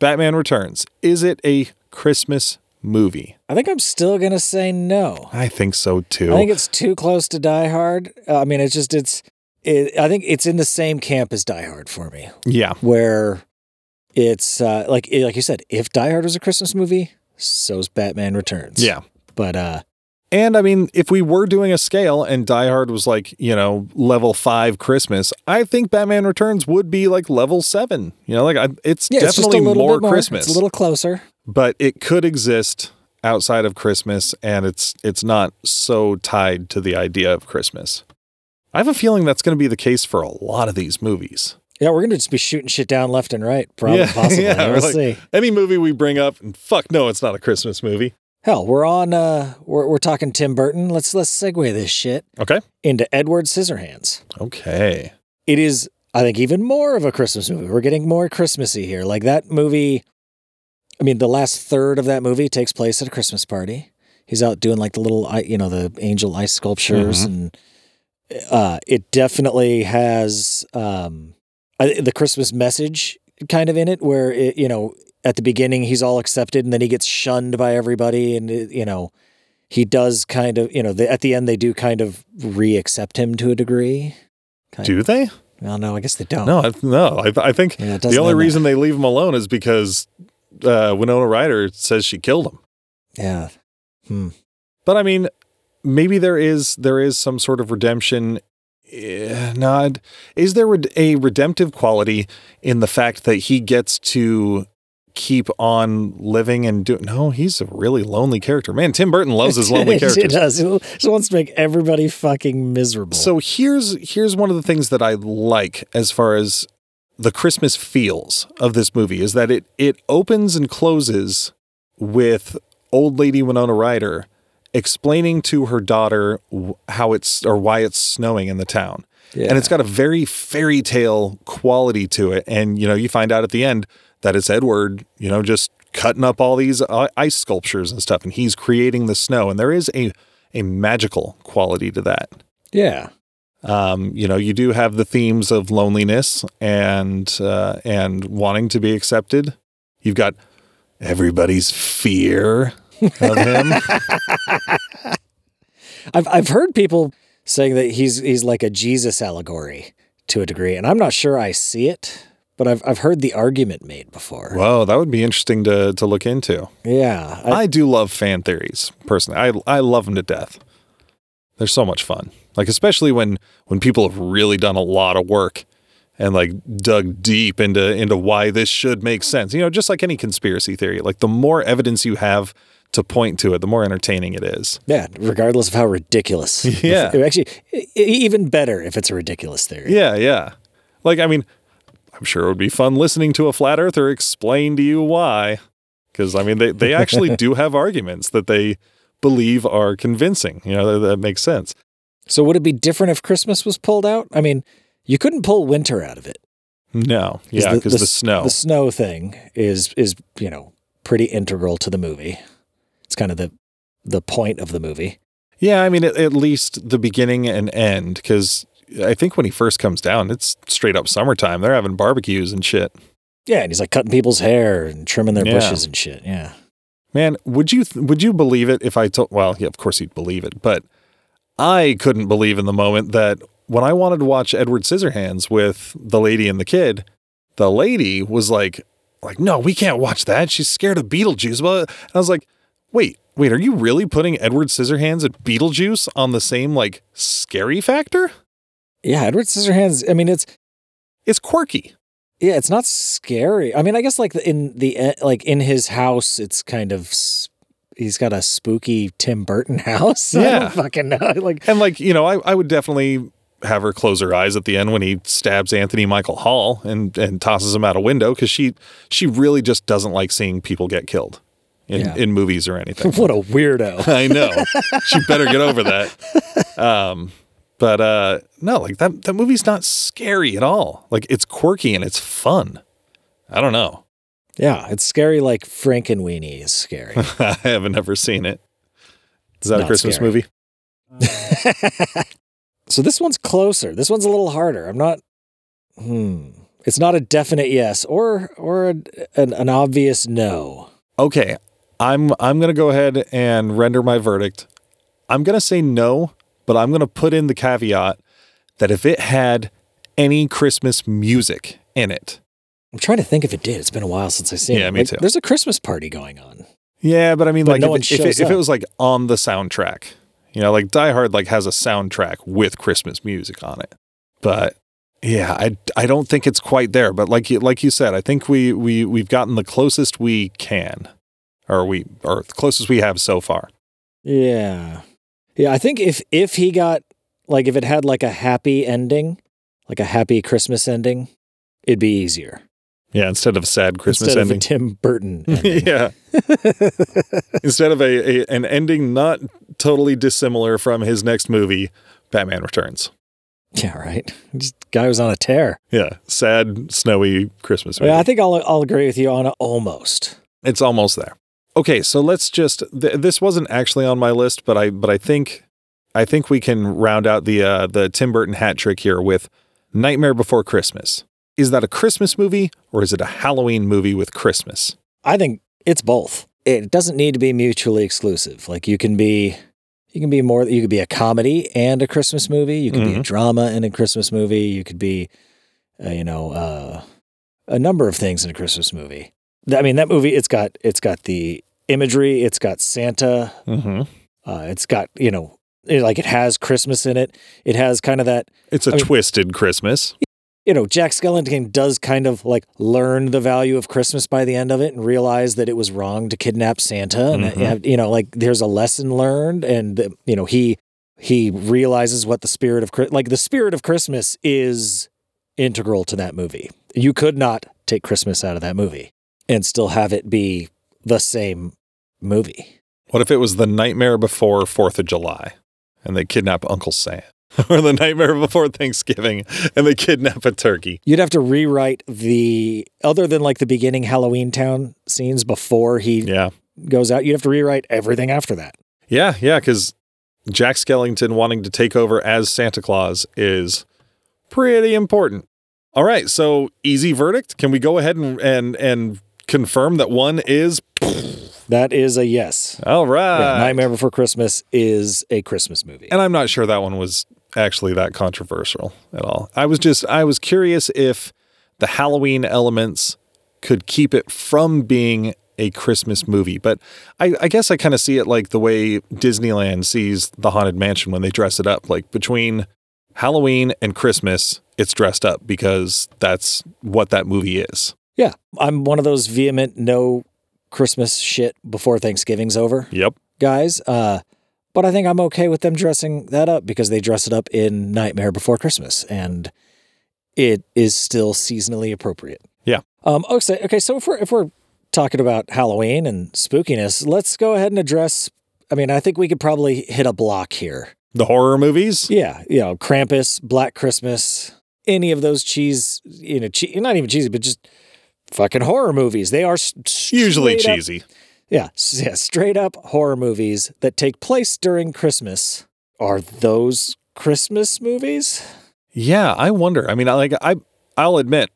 S2: Batman Returns. Is it a Christmas movie?
S1: i think i'm still gonna say no
S2: I think so too.
S1: i think it's too close to die hard uh, i mean it's just it's it, i think it's in the same camp as die hard for me
S2: yeah.
S1: where it's uh, like like you said, if Die Hard was a Christmas movie, so's Batman Returns.
S2: Yeah.
S1: but uh,
S2: And I mean, if we were doing a scale and Die Hard was like, you know, level five Christmas, I think Batman Returns would be like level seven. You know, like I, it's
S1: yeah, it's just a
S2: definitely
S1: little
S2: more,
S1: bit more
S2: Christmas,
S1: It's a little closer.
S2: but it could exist outside of Christmas, and it's it's not so tied to the idea of Christmas. I have a feeling that's going to be the case for a lot of these movies.
S1: Yeah, we're gonna just be shooting shit down left and right, probably
S2: Yeah, (laughs)
S1: possibly.
S2: yeah,
S1: we'll
S2: we're like-
S1: see.
S2: Any movie we bring up, and fuck no, it's not a Christmas movie.
S1: Hell, we're on. Uh, we're we're talking Tim Burton. Let's let's segue this shit
S2: Okay,
S1: into Edward Scissorhands.
S2: okay,
S1: It is, I think, even more of a Christmas movie. We're getting more Christmassy here. Like that movie. I mean, the last third of that movie takes place at a Christmas party. He's out doing like the little, i- you know, the angel ice sculptures, and uh, it definitely has um, I- the Christmas message kind of in it, where it, you know, at the beginning he's all accepted, and then he gets shunned by everybody, and it, you know, he does kind of, you know, the, at the end they do kind of re-accept him to a degree. Kind
S2: do they?
S1: well, no, I guess they don't.
S2: No, I, no, I, I think
S1: Yeah, it
S2: the
S1: doesn't
S2: only
S1: end
S2: reason they leave him alone is because uh, Winona Ryder says she killed him.
S1: that- (laughs)
S2: (laughs)
S1: Yeah.
S2: But I mean, maybe there is there is some sort of redemption. Eh, Not is there red- a redemptive quality in the fact that he gets to keep on living and do? No, he's a really lonely character. Man, Tim Burton loves
S1: (laughs)
S2: his lonely
S1: She
S2: characters.
S1: does. She she wants to make everybody fucking miserable.
S2: So here's here's one of the things that I like as far as the Christmas feels of this movie is that it it opens and closes with old lady Winona Ryder explaining to her daughter w- how it's or why it's snowing in the town.
S1: Yeah.
S2: And it's got a very fairy tale quality to it and you know you find out at the end that it's Edward, you know, just cutting up all these uh, ice sculptures and stuff and he's creating the snow and there is a a magical quality to that.
S1: yeah.
S2: Um, you know, you do have the themes of loneliness and uh, and wanting to be accepted. You've got everybody's fear of him.
S1: I've I've heard people saying that he's he's like a Jesus allegory to a degree, and I'm not sure I see it, but I've I've heard the argument made before.
S2: Whoa, that would be interesting to to look into.
S1: Yeah, I,
S2: I do love fan theories personally. I I love them to death. They're so much fun. Like especially when when people have really done a lot of work and like dug deep into into why this should make sense. You know, just like any conspiracy theory, like the more evidence you have to point to it, the more entertaining it is.
S1: yeah. Regardless of how
S2: (laughs)
S1: ridiculous.
S2: Yeah.
S1: If- actually, e- e- even better if it's a ridiculous theory.
S2: Yeah, yeah. Like I mean, I'm sure it would be fun listening to a flat earther explain to you why cuz I mean they they actually do have arguments that they believe are convincing. You know, that, that makes sense.
S1: So would it be different if Christmas was pulled out? I mean, you couldn't pull winter out of it.
S2: No, yeah, because the, snow.
S1: The snow thing is is you know pretty integral to the movie. It's kind of the the point of the movie.
S2: yeah, I mean, at, at least the beginning and end, because I think when he first comes down, it's straight up summertime. They're having barbecues and shit.
S1: Yeah, and he's like cutting people's hair and trimming their
S2: Yeah.
S1: bushes and shit. Yeah.
S2: Man, would you th- would you believe it if I told? Well, yeah, of course you'd believe it, but I couldn't believe in the moment that when I wanted to watch Edward Scissorhands with the lady and the kid, the lady was like, like, no, we can't watch that. She's scared of Beetlejuice. Well, and I was like, wait, wait, are you really putting Edward Scissorhands and Beetlejuice on the same like scary factor?
S1: Yeah, Edward Scissorhands. I mean, it's
S2: It's quirky.
S1: yeah, it's not scary. I mean, I guess like in the e- like in his house, it's kind of s- he's got a spooky Tim Burton (laughs) house. I
S2: Yeah.
S1: don't fucking know. (laughs) Like
S2: And like, you know, I, I would definitely have her close her eyes at the end when he stabs Anthony Michael Hall and and tosses him out a window because she she really just doesn't like seeing people get killed in,
S1: Yeah.
S2: in movies or anything.
S1: (laughs) what a weirdo. (laughs)
S2: (laughs) I know. she better get over that. Um but uh no, like that that movie's not scary at all. Like it's quirky and it's fun. I don't know. (laughs)
S1: yeah, it's scary. Like Frank and Weenie is scary.
S2: I haven't ever seen it. Is that a
S1: not
S2: Christmas
S1: scary.
S2: movie?
S1: (laughs) So this one's closer. This one's a little harder. I'm not. Hmm. It's not a definite yes or or an, an, an obvious no.
S2: okay i'm i'm gonna go ahead and render my verdict i'm gonna say no but i'm gonna put in the caveat that if it had any christmas music in it
S1: I'm trying to think if it did. It's been a while since I've seen it.
S2: Yeah, me
S1: Like,
S2: too.
S1: There's a Christmas party going on.
S2: yeah but i mean
S1: But
S2: like
S1: no
S2: if,
S1: one
S2: it, if,
S1: shows
S2: it, if
S1: up.
S2: it was like on the soundtrack you know like die hard like has a soundtrack with christmas music on it but yeah i i don't think it's quite there but like you like you said i think we we we've gotten the closest we can or we or the closest we have so far
S1: Yeah. Yeah, I think if if he got like if it had like a happy ending, like a happy Christmas ending, it'd be easier.
S2: yeah instead of a sad christmas
S1: Instead (laughs)
S2: ending
S1: of a Tim Burton ending.
S2: (laughs) yeah. Instead of a, a an ending not totally dissimilar from his next movie, Batman Returns.
S1: (laughs) yeah, right. Just, guy was on a tear.
S2: Yeah, sad, snowy Christmas movie.
S1: Yeah, I think I'll I'll agree with you on a almost.
S2: it's almost there. Okay, so let's just. Th- this wasn't actually on my list, but I but I think I think we can round out the uh, the Tim Burton hat trick here with Nightmare Before Christmas. Is that a Christmas movie or is it a Halloween movie with Christmas?
S1: I think it's both. It doesn't need to be mutually exclusive. Like you can be you can be more you could be a comedy and a Christmas movie, you could be a
S2: Mhm.
S1: drama and a Christmas movie, you could be uh, you know uh, a number of things in a Christmas movie. Th- I mean that movie it's got it's got the imagery, it's got Santa,
S2: Mm-hmm.
S1: uh, it's got, you know, it, like it has Christmas in it. It has kind of that
S2: It's a
S1: I mean-
S2: twisted Christmas.
S1: you know, Jack Skellington does kind of like learn the value of Christmas by the end of it and realize that it was wrong to kidnap Santa. And,
S2: Mhm.
S1: and, you know, like there's a lesson learned and, you know, he, he realizes what the spirit of, Chri- like the spirit of Christmas is integral to that movie. You could not take Christmas out of that movie and still have it be the same movie.
S2: What if it was the nightmare before Fourth of July, and they kidnap Uncle Sam, (laughs) or the nightmare before Thanksgiving, and they kidnap a turkey?
S1: You'd have to rewrite the other than like the beginning Halloween Town scenes before he
S2: Yeah,
S1: goes out. You'd have to rewrite everything after that.
S2: yeah, yeah. Because Jack Skellington wanting to take over as Santa Claus is pretty important. All right, so easy verdict. Can we go ahead and and and confirm that one is
S1: That is a yes.
S2: all right?
S1: Yeah, Nightmare Before Christmas is a Christmas movie.
S2: And I'm not sure that one was actually that controversial at all. I was just I was curious if the Halloween elements could keep it from being a Christmas movie. But I, I guess I kind of see it like the way Disneyland sees the Haunted Mansion when they dress it up. Like between Halloween and Christmas, it's dressed up because that's what that movie is.
S1: Yeah, I'm one of those vehement no Christmas shit before Thanksgiving's over
S2: Yep.
S1: guys. Uh, but I think I'm okay with them dressing that up because they dress it up in Nightmare Before Christmas, and it is still seasonally appropriate.
S2: Yeah.
S1: Um. Okay. Okay. So if we're if we're talking about Halloween and spookiness, let's go ahead and address. I mean, I think we could probably hit a block here.
S2: The horror movies?
S1: Yeah, you know, Krampus, Black Christmas, any of those cheese, you know, che- not even cheesy, but just fucking horror movies. They are s-
S2: Usually
S1: straight up-
S2: cheesy.
S1: yeah, s- yeah, straight up horror movies that take place during Christmas. Are those Christmas movies?
S2: Yeah, I wonder. I mean, I- like I, I'll admit,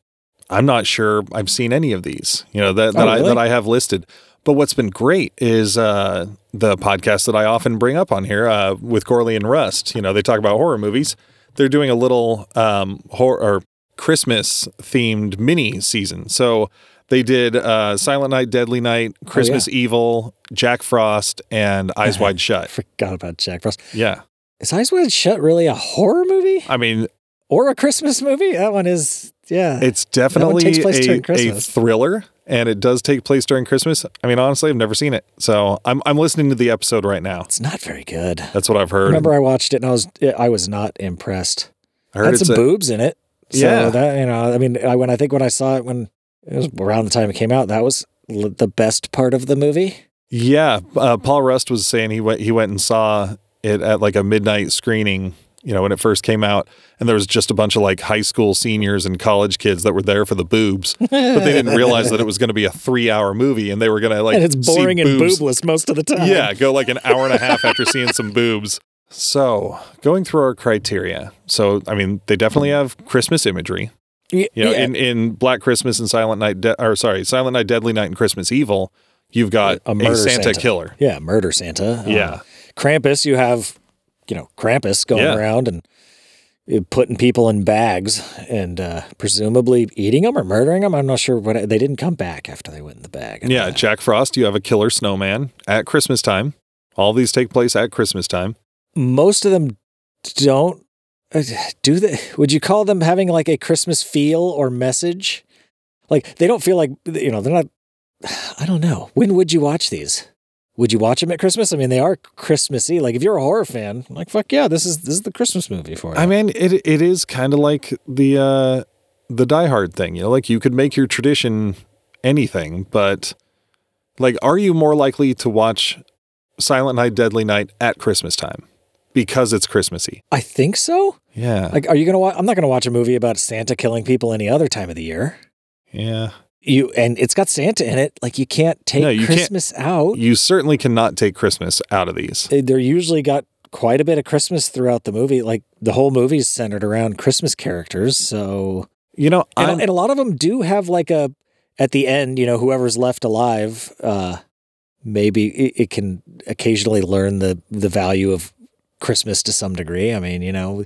S2: I'm not sure I've seen any of these. You know that that,
S1: Oh,
S2: I,
S1: really?
S2: that I have listed. But what's been great is uh, the podcast that I often bring up on here uh, with Corley and Rust. You know, they talk about horror movies. They're doing a little um, horror or Christmas themed mini season. So they did uh, Silent Night, Deadly Night,
S1: Oh,
S2: Christmas Evil, Jack Frost, and Eyes
S1: (laughs)
S2: Wide
S1: I
S2: Shut.
S1: forgot about Jack Frost.
S2: Yeah,
S1: Is Eyes Wide Shut really a horror movie
S2: I mean,
S1: or a Christmas movie? That one is, yeah.
S2: It's
S1: one
S2: definitely
S1: takes place during
S2: a, a
S1: Christmas.
S2: thriller, and it does take place during Christmas. I mean, honestly, I've never seen it, so I'm I'm listening to the episode right now.
S1: it's not very good.
S2: That's what I've heard.
S1: Remember, I watched it and I was I was not impressed.
S2: I heard
S1: had
S2: it's
S1: some
S2: a-
S1: boobs in it. So
S2: Yeah.
S1: that you know, I mean, I, when I think when I saw it when it was around the time it came out, that was l- the best part of the movie.
S2: yeah. Uh, Paul Rust was saying he went he went and saw it at like a midnight screening. You know, when it first came out, and there was just a bunch of like high school seniors and college kids that were there for the boobs, (laughs) but
S1: (laughs)
S2: they didn't realize that it was going to be a three-hour movie, and they were going to like
S1: and it's
S2: see
S1: boring and
S2: boobs
S1: boobless most of the time.
S2: Yeah, go like an hour and a half after seeing some boobs. So, going through our criteria. So, I mean, they definitely have Christmas imagery.
S1: Y-
S2: You know,
S1: yeah.
S2: in, in Black Christmas and Silent Night, De- or sorry, Silent Night, Deadly Night, and Christmas Evil, you've got
S1: A
S2: a,
S1: murder
S2: Santa,
S1: Santa.
S2: killer.
S1: Yeah, murder Santa. Um,
S2: Yeah.
S1: Krampus, you have, you know, Krampus going
S2: Yeah.
S1: around and uh, putting people in bags and uh, presumably eating them or murdering them. I'm not sure what they didn't come back after they went in the bag.
S2: Yeah, Jack Frost, you have a killer snowman at Christmas time. All these take place at Christmas time.
S1: most of them don't uh, do they would you call them having like a christmas feel or message like they don't feel like you know they're not i don't know when would you watch these would you watch them at christmas i mean they are christmassy like if you're a horror fan like fuck yeah this is this is the christmas movie for you
S2: I mean, it it is kind of like the uh, the Die Hard thing. You know, like you could make your tradition anything, but like, are you more likely to watch Silent Night, Deadly Night at Christmas time because it's Christmassy?
S1: i think so
S2: Yeah,
S1: like are you gonna watch i'm not gonna watch a movie about santa killing people any other time of the year
S2: yeah.
S1: you and it's got santa in it like you can't take
S2: No, you can't-
S1: christmas out
S2: You certainly cannot take Christmas out of these.
S1: they- they're eh, usually got quite a bit of Christmas throughout the movie. Like the whole movie's centered around Christmas characters. So,
S2: You know, I
S1: and, and a lot of them do have like a at the end, you know, whoever's left alive, uh, maybe it, it can occasionally learn the the value of Christmas to some degree. I mean, you know,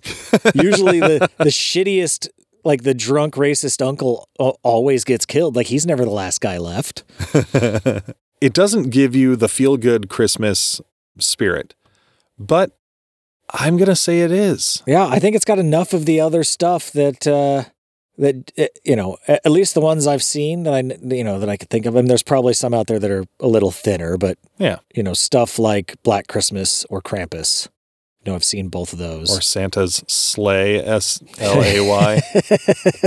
S1: usually the (laughs) the shittiest. Like the drunk racist uncle al- always gets killed. Like he's never the last guy left.
S2: (laughs) it doesn't give you the feel good Christmas spirit, but I'm gonna say it is.
S1: Yeah, I think it's got enough of the other stuff that uh, that uh, you know, a- at least the ones I've seen that I kn- you know that I could think of. And there's probably some out there that are a little thinner, but
S2: Yeah.
S1: you know, stuff like Black Christmas or Krampus know I've seen both of those.
S2: or Santa's sleigh, S L A Y.
S1: (laughs)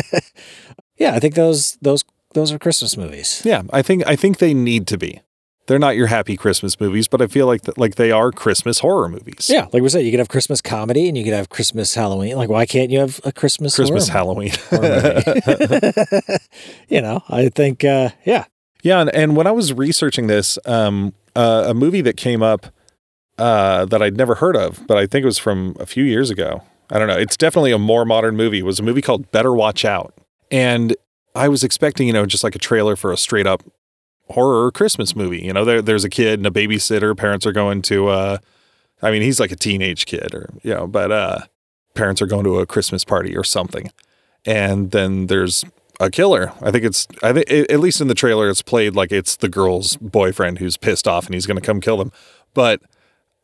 S1: yeah, I think those those those are Christmas movies.
S2: Yeah, I think I think they need to be. They're not your happy Christmas movies, but I feel like th- like they are Christmas horror movies.
S1: Yeah, like we said, you could have Christmas comedy and you could have Christmas Halloween. Like, why can't you have a Christmas
S2: Christmas
S1: horror
S2: Halloween.
S1: (laughs) horror movie? (laughs) you know, I think, uh, yeah,
S2: (laughs) yeah, and, and when I was researching this, um, uh, a movie that came up uh, that I'd never heard of, but I think it was from a few years ago. I don't know. It's definitely a more modern movie. It was a movie called Better Watch Out, and I was expecting you know just like a trailer for a straight up horror Christmas movie. You know, there, there's a kid and a babysitter. Parents are going to, uh, I mean, he's like a teenage kid, or you know, but uh, parents are going to a Christmas party or something, and then there's a killer. I think it's, I think a- at least in the trailer, it's played like it's the girl's boyfriend who's pissed off and he's going to come kill them, but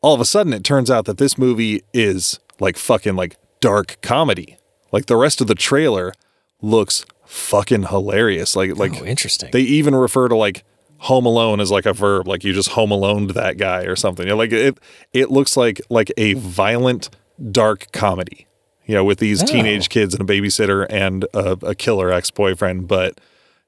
S2: all of a sudden it turns out that this movie is like fucking like dark comedy. Like the rest of the trailer looks fucking hilarious. Like like
S1: oh, interesting.
S2: they even refer to like home alone as like a verb, like you just home aloned that guy or something. You know, like it it looks like like a violent dark comedy. You know, with these
S1: Oh.
S2: teenage kids and a babysitter and a, a killer ex boyfriend, but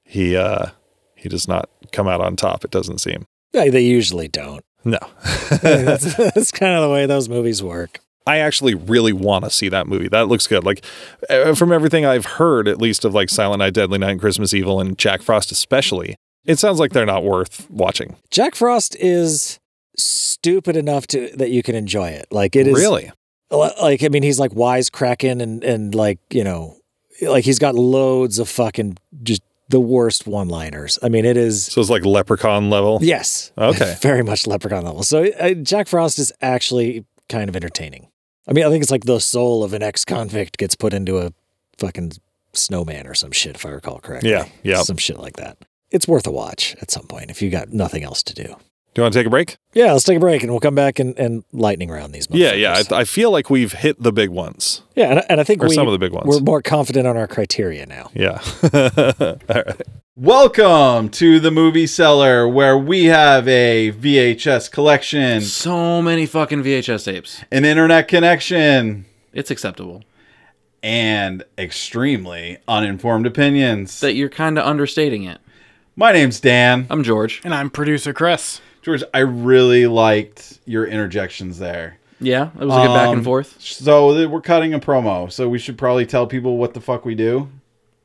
S2: he uh he does not come out on top. It doesn't seem.
S1: Yeah, they usually don't. (laughs)
S2: No, (laughs)
S1: that's that's kind of the way those movies work.
S2: I actually really want to see that movie. That looks good. Like eh, from everything I've heard, at least of like Silent Night, Deadly Night, and Christmas Evil, and Jack Frost especially, it sounds like they're not worth watching.
S1: Jack Frost is stupid enough to that you can enjoy it. Like it is
S2: really.
S1: like I mean he's like wisecracking and and like you know like he's got loads of fucking just the worst one liners. I mean it is
S2: So it's like leprechaun level.
S1: yes
S2: Okay.
S1: (laughs) very much leprechaun level. So uh, Jack Frost is actually kind of entertaining. I mean I think it's like the soul of an ex convict gets put into a fucking snowman or some shit if I recall correctly.
S2: Yeah. Yeah.
S1: some shit like that. It's worth a watch at some point if you got nothing else to do.
S2: Do you want to take a break?
S1: Yeah, let's take a break and we'll come back and, and lightning round these.
S2: Yeah. Yeah.
S1: motherfuckers.
S2: I, I feel like we've hit the big ones
S1: yeah, and, I- and I think
S2: or
S1: we,
S2: some of the big ones.
S1: we're more confident on our criteria now.
S2: yeah. (laughs) All right.
S3: Welcome to the movie cellar where we have a VHS collection,
S4: So many fucking VHS tapes.
S3: an internet connection,
S4: It's acceptable
S3: and extremely uninformed opinions.
S4: that you're kind of understating it.
S3: My name's Dan.
S4: I'm George.
S5: And I'm producer Chris.
S3: George, I really liked your interjections there.
S4: Yeah, it was a good back
S3: Um,
S4: and forth.
S3: So th- we're cutting a promo, so we should probably tell people what the fuck we do.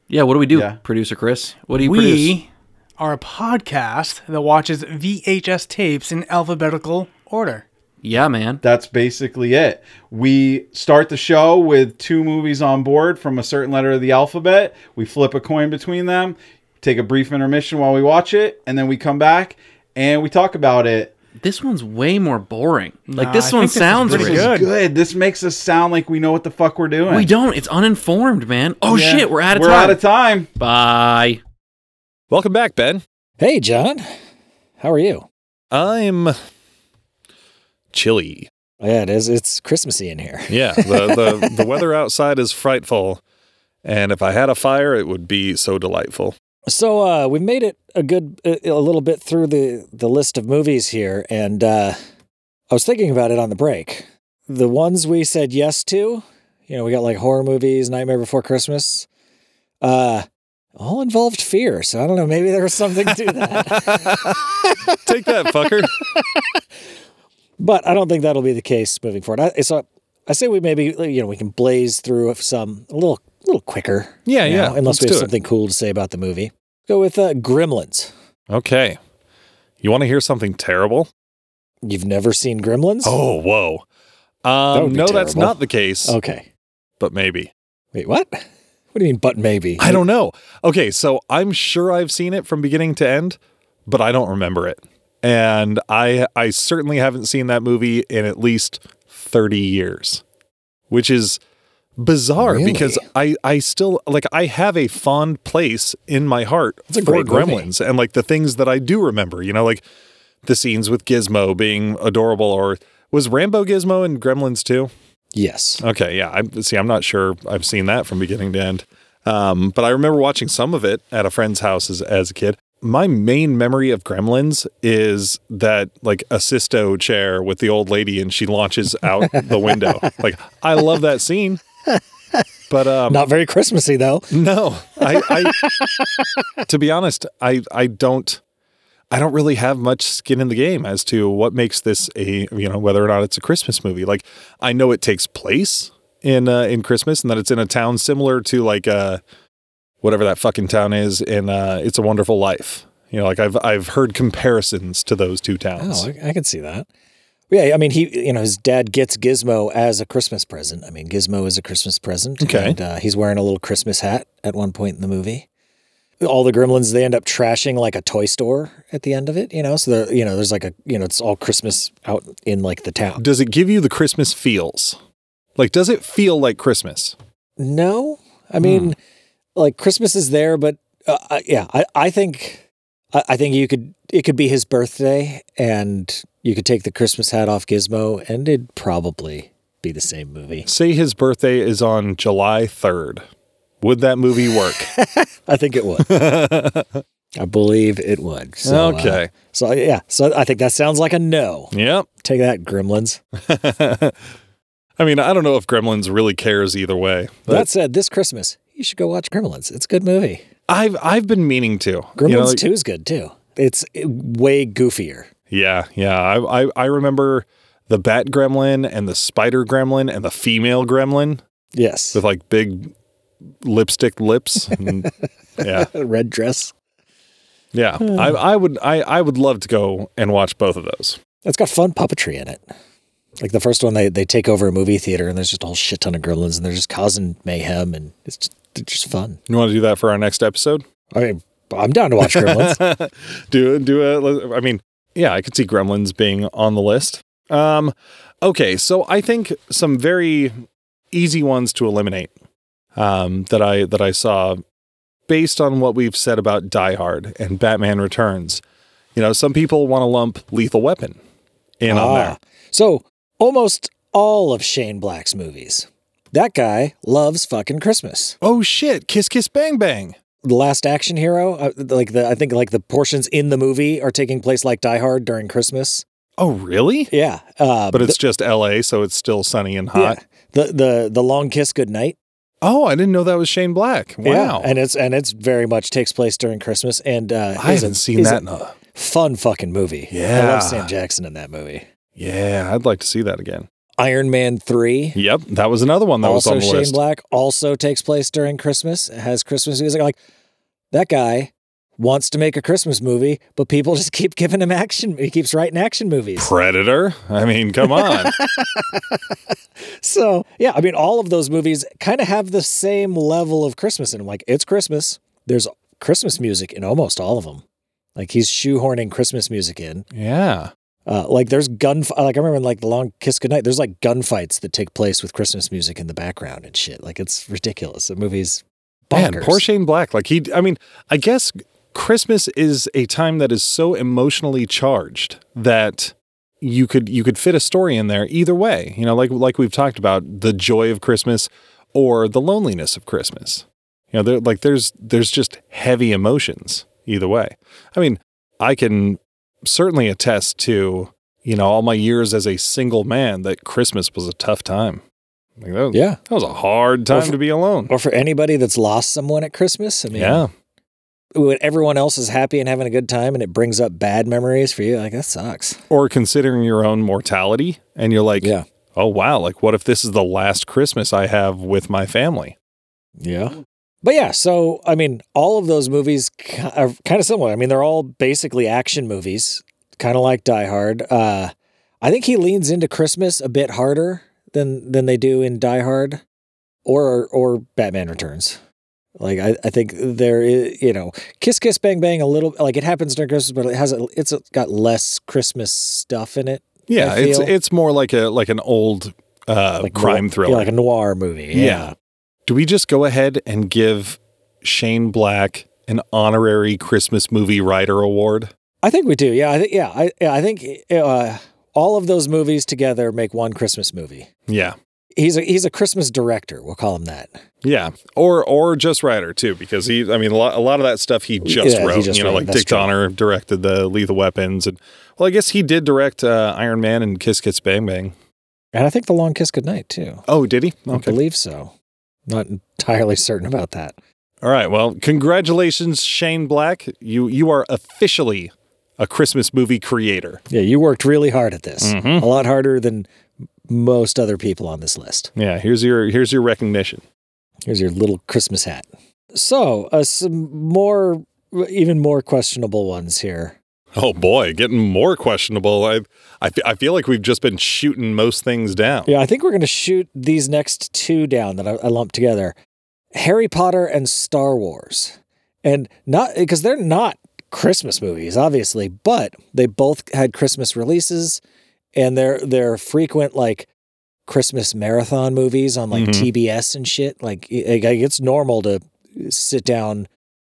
S4: Yeah, what do we do,
S3: yeah.
S4: producer Chris? What do you produce?
S5: We are a podcast that watches VHS tapes in alphabetical order.
S4: Yeah, man.
S3: That's basically it. We start the show with two movies on board from a certain letter of the alphabet. We flip a coin between them, take a brief intermission while we watch it, and then we come back and we talk about it.
S4: This one's way more boring.
S5: Nah,
S4: like this
S5: I
S4: one
S5: think this is
S4: sounds
S5: pretty
S4: really
S3: This
S4: good.
S3: is
S5: Good.
S3: good. This makes us sound like we know what the fuck we're doing.
S4: We don't. It's uninformed, man. Oh
S3: Yeah.
S4: shit, we're out of
S3: We're
S4: time.
S3: out of time.
S4: Bye.
S2: Welcome back, Ben.
S1: Hey, John, how are you?
S2: I'm chilly.
S1: Yeah, it is. It's Christmassy in
S2: (laughs)
S1: here.
S2: Yeah. The,
S1: (laughs)
S2: the, the weather outside is frightful. And if I had a fire, it would be so delightful.
S1: So uh, we made it a good, a, a little bit through the the list of movies here, and uh, I was thinking about it on the break. The ones we said yes to, you know, we got like horror movies, Nightmare Before Christmas, uh, all involved fear. So I don't know, maybe there was something to
S2: (laughs)
S1: that. (laughs)
S2: Take that, fucker.
S1: but I don't think that'll be the case moving forward. I, so I say we maybe you know we can blaze through some a little little quicker.
S2: Yeah,
S1: you know,
S2: yeah.
S1: Unless
S2: Let's
S1: we
S2: do
S1: have
S2: it.
S1: something cool to say about the movie. Go with uh, Gremlins.
S2: Okay. You want to hear something terrible?
S1: You've never seen Gremlins?
S2: Oh, whoa.
S1: That would
S2: Um,
S1: be
S2: no, that's
S1: terrible. Oh.
S2: not the case,
S1: okay.
S2: but maybe.
S1: Wait, what? What do you mean? But maybe
S2: I don't know. Okay, so I'm sure I've seen it from beginning to end, but I don't remember it. And I I certainly haven't seen that movie in at least 30 years. Which is bizarre
S1: Really?
S2: because I I still like I have a fond place in my heart
S1: That's a
S2: for
S1: great movie.
S2: Gremlins and like the things that I do remember, you know, like the scenes with Gizmo being adorable or was Rambo Gizmo in Gremlins too?
S1: Yes.
S2: Okay, yeah. I see. I'm not sure I've seen that from beginning to end, um, but I remember watching some of it at a friend's house as, as a kid. my main memory of Gremlins is that like assisto chair with the old lady and she launches out the window. Like I love that scene. But um
S1: Not very Christmassy though.
S2: no, I, I to be honest, I I don't I don't really have much skin in the game as to what makes this a you know whether or not it's a Christmas movie. Like I know it takes place in uh, in Christmas and that it's in a town similar to like uh whatever that fucking town is in uh It's a Wonderful Life. You know, like I've I've heard comparisons to those two towns.
S1: Oh, I, I can see that. Yeah, I mean, he, you know, his dad gets Gizmo as a Christmas present. I mean, Gizmo is a Christmas present.
S2: Okay.
S1: And uh, he's wearing a little Christmas hat at one point in the movie. All the gremlins, they end up trashing like a toy store at the end of it, you know? So, they're- you know, there's like a, you know, it's all Christmas out in like the town.
S2: Does it give you the Christmas feels? Like does it feel like Christmas?
S1: No, I
S2: Hmm.
S1: mean, like Christmas is there, but uh, I- yeah, I, I think, I, I think you could, it could be his birthday and you could take the Christmas hat off Gizmo and it'd probably be the same movie. (laughs)
S2: Say his birthday is on July 3rd. Would that movie
S1: (laughs)
S2: work? (laughs)
S1: I think it would. I believe it would. So, uh,
S2: okay.
S1: so yeah, so I think that sounds like a no.
S2: Yep. (laughs)
S1: Take that, Gremlins.
S2: I mean, I don't know if Gremlins really cares either way. But
S1: that said, this Christmas you should go watch Gremlins. It's a good movie.
S2: I've I've been meaning to.
S1: Gremlins
S2: You know, like-
S1: Two is good too. It's way goofier.
S2: Yeah, yeah. I, I I remember the Bat Gremlin and the Spider Gremlin and the female Gremlin
S1: Yes,
S2: with like big lipstick
S1: (laughs)
S2: lips. And- yeah,
S1: red dress. (laughs)
S2: yeah. I I would I I would love to go and watch both of those.
S1: It's got fun puppetry in it. Like the first one, they they take over a movie theater and there's just a whole shit ton of gremlins and they're just causing mayhem and it's just, they're just fun.
S2: You want to do that for our next episode?
S1: I mean, I'm down to watch
S2: (laughs)
S1: Gremlins.
S2: do do a I mean, yeah, I could see Gremlins being on the list. Um okay, so I think some very easy ones to eliminate um that I that I saw based on what we've said about Die Hard and Batman Returns. You know, some people want to lump Lethal Weapon in on
S1: Ah.
S2: there.
S1: So almost all of Shane Black's movies. That guy loves fucking Christmas.
S2: Oh shit, Kiss Kiss Bang Bang.
S1: The Last Action Hero, uh, like the I think like the portions in the movie are taking place like Die Hard during Christmas.
S2: Oh really?
S1: Yeah, uh,
S2: But it's just LA, so it's still sunny and
S1: the, yeah,
S2: hot.
S1: the the the Long Kiss Goodnight.
S2: Oh, I didn't know that was Shane Black. Wow.
S1: Yeah, and it's and it's very much takes place during Christmas. And uh,
S2: I
S1: is a-
S2: haven't seen
S1: is a
S2: that in a
S1: fun fucking movie. I
S2: Yeah.
S1: love Sam Jackson in that movie.
S2: Yeah, I'd like to see that again.
S1: Iron Man three.
S2: Yep, that was another one that
S1: also
S2: was on the
S1: Shane
S2: list.
S1: Black also takes place during Christmas, has Christmas music. Like that guy wants to make a Christmas movie, but people (laughs) just keep giving him action. He keeps writing action movies.
S2: Predator. I mean,
S1: (laughs)
S2: come on.
S1: So yeah, I mean, all of those movies kind of have the same level of Christmas. And I'm like, it's Christmas. There's Christmas music in almost all of them. Like he's shoehorning Christmas music in.
S2: yeah.
S1: Uh, like there's gun like I remember in like the long kiss goodnight, there's like gunfights that take place with Christmas music in the background and shit. Like it's ridiculous. The movie's bonkers.
S2: Man, poor Shane Black. Like he I mean, I guess Christmas is a time that is so emotionally charged that you could you could fit a story in there either way. You know, like like we've talked about the joy of Christmas or the loneliness of Christmas. You know, there like there's there's just heavy emotions either way. I mean, I can certainly attest to, you know, all my years as a single man that Christmas was a tough time. Like that was,
S1: Yeah.
S2: That was a hard time
S1: for-
S2: to be alone.
S1: or for anybody that's lost someone at Christmas. I mean,
S2: Yeah.
S1: when everyone else is happy and having a good time and it brings up bad memories for you, like that sucks.
S2: Or considering your own mortality and you're like, oh, wow, like what if this is the last Christmas I have with my family?
S1: Yeah. Mm. But yeah, so I mean, all of those movies ki- are kind of similar. I mean, they're all basically action movies, kind of like Die Hard. Uh, I think he leans into Christmas a bit harder than than they do in Die Hard, or or Batman Returns. Like I, I think there is, you know, Kiss Kiss Bang Bang a little like it happens during Christmas, but it has a, it's got less Christmas stuff in it,
S2: Yeah.
S1: I
S2: It's
S1: feel-
S2: it's more like a like an old uh,
S1: like
S2: crime
S1: yeah,
S2: thriller.
S1: like a noir movie.
S2: Yeah. Do we just go ahead and give Shane Black an honorary Christmas movie writer award?
S1: I think we do. Yeah, I think yeah, I yeah, I think uh, all of those movies together make one Christmas movie.
S2: Yeah.
S1: he's a he's a Christmas director. We'll call him that.
S2: Yeah, or or just writer too, because he, I mean, a lot, a lot of that stuff he just
S1: Yeah, he
S2: wrote.
S1: just
S2: you know,
S1: wrote,
S2: like
S1: that's
S2: Dick
S1: true.
S2: Donner directed the Lethal Weapons, and well, I guess he did direct uh, Iron Man and Kiss Kiss Bang Bang.
S1: And I think the long kiss goodnight too.
S2: Oh, did he?
S1: I believe so. Not entirely (laughs) certain about that.
S2: All right. Well, congratulations, Shane Black. You you are officially a Christmas movie creator.
S1: Yeah, you worked really hard at this.
S2: Mhm.
S1: A lot harder than most other people on this list.
S2: Yeah. Here's your here's your recognition.
S1: Here's your little Christmas hat. So, uh, some more, even more questionable ones here.
S2: Oh boy, getting more questionable. I I, fe- I feel like we've just been shooting most things down.
S1: Yeah, I think we're going to shoot these next two down that I, I lumped together Harry Potter and Star Wars. And not because they're not Christmas movies, obviously, but they both had Christmas releases and they're, they're frequent, like, Christmas marathon movies on like
S2: Mhm.
S1: TBS and shit. Like, it, like, it's normal to sit down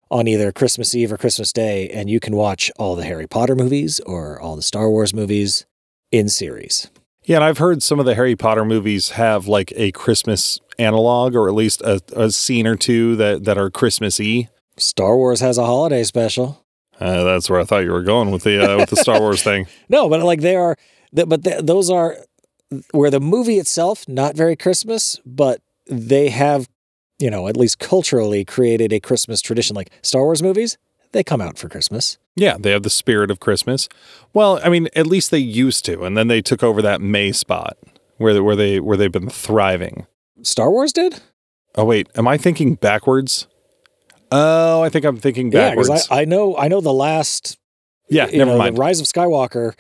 S1: on either Christmas Eve or Christmas Day and you can watch all the Harry Potter movies or all the Star Wars movies in series.
S2: Yeah, and I've heard some of the Harry Potter movies have like a Christmas analog, or at least a, a scene or two that that are Christmassy.
S1: Star Wars has a holiday special.
S2: Uh, that's where I thought you were going with the uh, with the Star Wars thing.
S1: No, but like they are, th- but th- those are where the movie itself not very Christmas, but they have, you know, at least culturally created a Christmas tradition. Like Star Wars movies, they come out for Christmas.
S2: Yeah, they have the spirit of Christmas. Well, I mean, at least they used to, and then they took over that May spot where they, where they where they've been thriving.
S1: Star Wars did,
S2: Oh wait, am I thinking backwards? Oh, I think I'm thinking backwards.
S1: yeah, because I, I know I know the last
S2: Yeah,
S1: you
S2: never
S1: know,
S2: mind.
S1: The Rise of Skywalker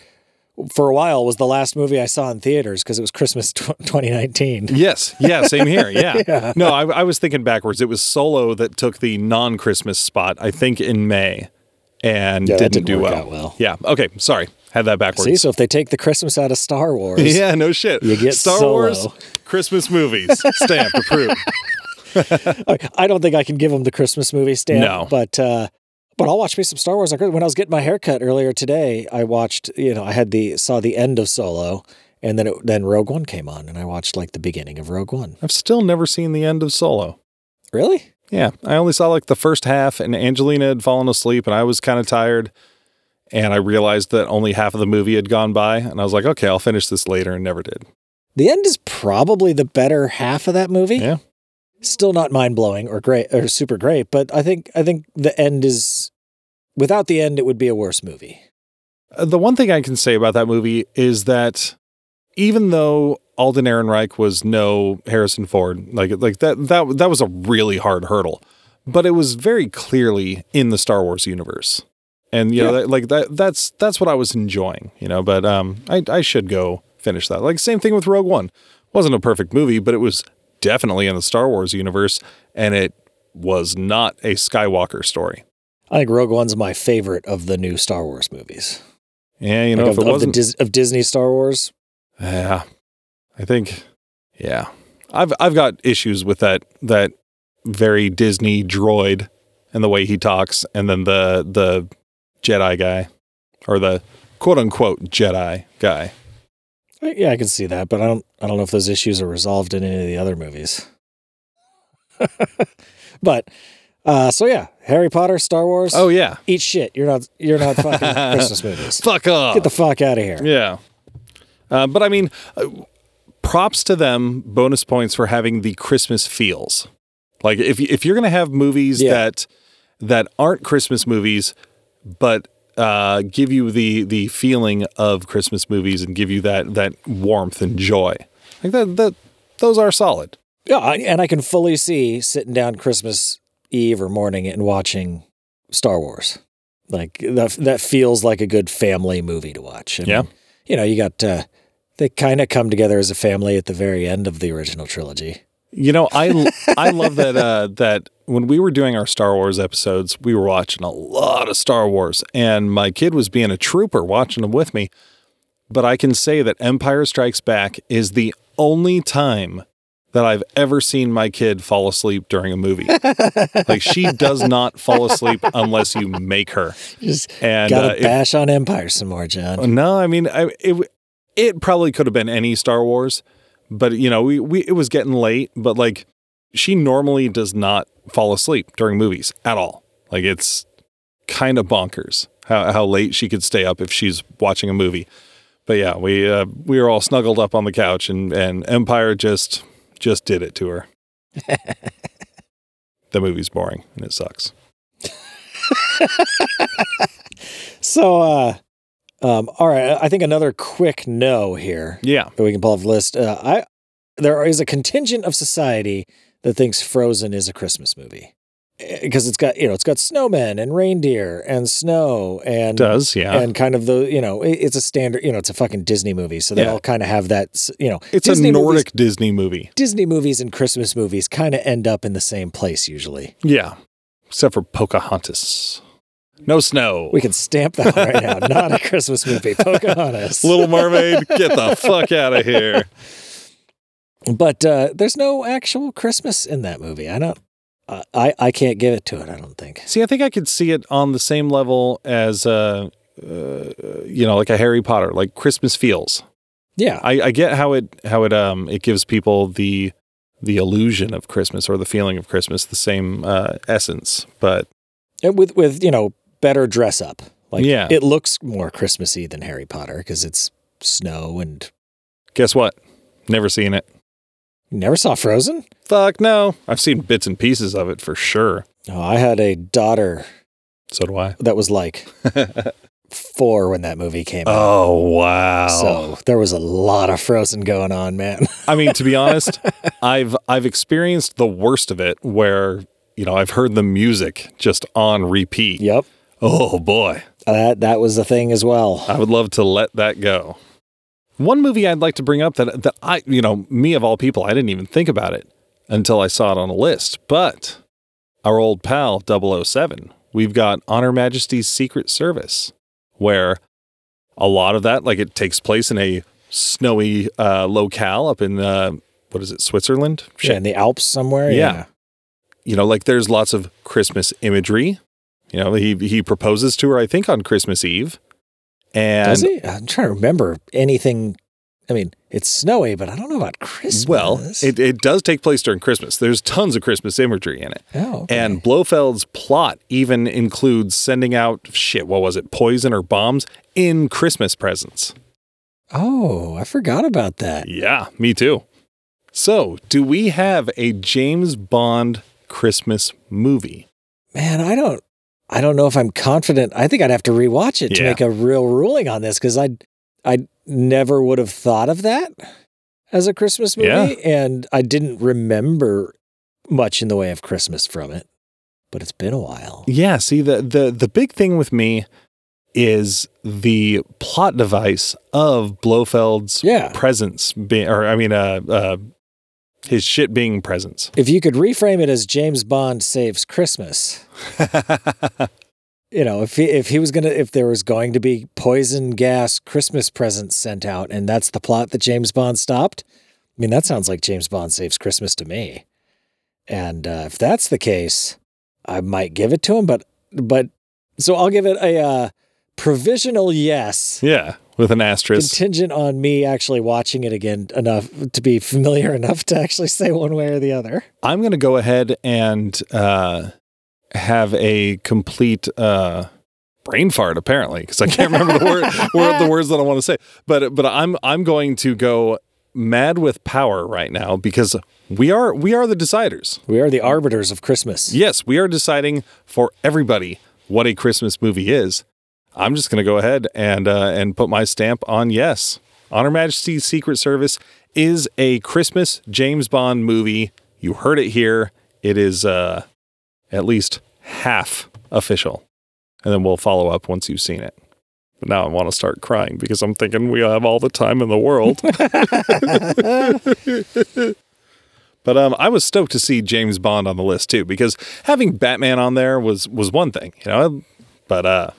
S1: for a while was the last movie I saw in theaters because it was Christmas tw 2019.
S2: Yes, yeah,
S1: (laughs)
S2: same here. Yeah.
S1: Yeah.
S2: No, I, I was thinking backwards. It was Solo that took the non Christmas spot, I think, in May and
S1: Yeah, that didn't
S2: didn't, do
S1: work
S2: well.
S1: out well.
S2: Yeah. Okay. Sorry. Had that
S1: See,
S2: backwards.
S1: so if they take the Christmas out of Star Wars,
S2: (laughs) yeah, no shit.
S1: You get
S2: Star
S1: Solo.
S2: Wars, Christmas movies, stamp approved.
S1: I- I don't think I can give him the Christmas movie stamp.
S2: No.
S1: but uh, but I'll watch me some Star Wars. on Christmas. When I was getting my haircut earlier today, I watched. You know, I had the saw the end of Solo, and then it, then Rogue One came on, and I watched like the beginning of Rogue One.
S2: I've still never seen the end of Solo.
S1: Really?
S2: Yeah, I only saw like the first half, and Angelina had fallen asleep, and I was kind of tired. And I realized that only half of the movie had gone by, and I was like, okay, I'll finish this later, and never did.
S1: The end is probably the better half of that movie.
S2: Yeah.
S1: Still not mind blowing or great or super great, but I think I think the end is. Without the end, it would be a worse movie.
S2: Uh, The one thing I can say about that movie is that even though Alden Ehrenreich was no Harrison Ford, like like that that that was a really hard hurdle, but it was very clearly in the Star Wars universe, and you know that, like that that's that's what I was enjoying, you know. But um, I I should go finish that. Like same thing with Rogue One, wasn't a perfect movie, but it was definitely in the Star Wars universe, and it was not a Skywalker story.
S1: I think Rogue One's my favorite of the new Star Wars movies.
S2: Yeah, you know,
S1: Like,
S2: if
S1: of,
S2: it
S1: of
S2: wasn't
S1: the Dis- of Disney Star Wars,
S2: Yeah, I think. Yeah, I've I've got issues with that that very Disney droid and the way he talks, and then the the Jedi guy or the quote unquote Jedi guy.
S1: I- Uh, Yeah, I can see that, but I don't. I don't know if those issues are resolved in any of the other movies. (laughs) but uh, so yeah, Harry Potter, Star Wars.
S2: Oh yeah,
S1: eat shit. You're not. You're
S2: (laughs)
S1: not fucking Christmas movies.
S2: fuck off.
S1: Get the fuck out of here.
S2: yeah, uh, but I mean, uh, props to them. Bonus points for having the Christmas feels. Like if if you're gonna have movies
S1: Yeah.
S2: that that aren't Christmas movies, but uh, give you the the feeling of Christmas movies and give you that that warmth and joy. Like that that those are solid.
S1: Yeah, I, and I can fully see sitting down Christmas Eve or morning and watching Star Wars. Like that. That feels like a good family movie to watch. I mean,
S2: Yeah.
S1: You know, you got. Uh, they kind of come together as a family at the very end of the original trilogy.
S2: You know, I I love that uh, that when we were doing our Star Wars episodes, we were watching a lot of Star Wars, and my kid was being a trooper watching them with me. But I can say that Empire Strikes Back is the only time that I've ever seen my kid fall asleep during a movie. like she does not fall asleep unless you make her.
S1: Just
S2: And
S1: Gotta
S2: uh, if-
S1: bash on
S2: Uh,
S1: Empire some more, John.
S2: no, I mean, I, it w- it probably could have been any Star Wars, but you know, we, we it was getting late, but like she normally does not fall asleep during movies at all. Like it's kind of bonkers how, how late she could stay up if she's watching a movie. But yeah, we uh, we were all snuggled up on the couch, and and Empire just just did it to
S1: (laughs)
S2: her. the movie's boring and it sucks.
S1: So, uh, um, all right. I think another quick no here
S2: Yeah,
S1: that we can pull off the list. Uh, I there is a contingent of society that thinks Frozen is a Christmas movie because it's got you know it's got snowmen and reindeer and snow and
S2: does yeah.
S1: and kind of the you know it- it's a standard you know it's a fucking Disney movie so they
S2: Yeah.
S1: all kind of have that s- you know
S2: it's
S1: Disney
S2: a
S1: movies-
S2: Nordic Disney movie.
S1: Disney movies and Christmas movies kind of end up in the same place usually.
S2: Yeah, except for Pocahontas. No snow.
S1: We can stamp that right
S2: (laughs)
S1: now. Not a Christmas movie. Pocahontas.
S2: Little Mermaid, get the fuck out of here.
S1: but uh, there's no actual Christmas in that movie. I don't. I I I can't give it to it. I don't think.
S2: (laughs) See, I think I could see it on the same level as, uh, uh, you know, like a Harry Potter, like Christmas feels.
S1: Yeah.
S2: I, I get how it how it um it gives people the the illusion of Christmas or the feeling of Christmas, the same uh, essence. But
S1: And with with you know better dress up. Like
S2: Yeah.
S1: it looks more Christmassy than Harry Potter because it's snow and
S2: guess what? Never seen it.
S1: you never saw Frozen.
S2: Fuck no. I've seen bits and pieces of it for sure.
S1: Oh, I had a daughter
S2: So do I.
S1: that was
S2: (laughs)
S1: like four when that movie came out.
S2: oh wow.
S1: So there was a lot of Frozen going on, man. (laughs)
S2: I mean, to be honest, (laughs) I've I've experienced the worst of it where, you know, I've heard the music just on repeat.
S1: yep.
S2: Oh boy.
S1: That that was the thing as well.
S2: I would love to let that go. One movie I'd like to bring up that that I, you know, me of all people, I didn't even think about it until I saw it on a list, but our old pal 007. We've got Honor Majesty's Secret Service where a lot of that like it takes place in a snowy uh locale up in uh what is it, Switzerland? Shit,
S1: Yeah, in the Alps somewhere.
S2: Yeah. you know, like there's lots of Christmas imagery. You know, he he proposes to her, I think, on Christmas Eve. And
S1: Does he? I'm trying to remember anything. I mean, it's snowy, but I don't know about Christmas.
S2: well, it, it does take place during Christmas. There's tons of Christmas imagery in it.
S1: oh, okay.
S2: And Blofeld's plot even includes sending out shit, what was it, poison or bombs in Christmas presents.
S1: oh, I forgot about that.
S2: Yeah, me too. So, do we have a James Bond Christmas movie?
S1: Man, I don't. I don't know if I'm confident. I think I'd have to rewatch it to
S2: Yeah.
S1: make a real ruling on this because I, I never would have thought of that as a Christmas movie,
S2: Yeah.
S1: and I didn't remember much in the way of Christmas from it. But it's been a while.
S2: Yeah, see the the the big thing with me is the plot device of Blofeld's
S1: Yeah.
S2: presence being or I mean uh uh his shit being
S1: (laughs)
S2: presence.
S1: If you could reframe it as James Bond saves Christmas, you know, if he, if he was gonna, if there was going to be poison gas Christmas presents sent out, and that's the plot that James Bond stopped, I mean, that sounds like James Bond saves Christmas to me. And uh, if that's the case, I might give it to him. But but so I'll give it a uh, provisional yes,
S2: yeah, with an asterisk.
S1: contingent on me actually watching it again enough to be familiar (laughs) enough to actually say one way or the other.
S2: I'm going to go ahead and uh have a complete uh brain fart apparently because I can't remember the word word the words that I want to say. But but I'm I'm going to go mad with power right now because we are we are the deciders.
S1: We are the arbiters of Christmas.
S2: Yes, we are deciding for everybody what a Christmas movie is. I'm just going to go ahead and uh, and put my stamp on yes. Honor Majesty's Secret Service is a Christmas James Bond movie. You heard it here. It is uh, at least half official, and then we'll follow up once you've seen it. But now I want to start crying because I'm thinking we have all the time in the world. (laughs) But um, I was stoked to see James Bond on the list too, because having Batman on there was was one thing, you know. But uh,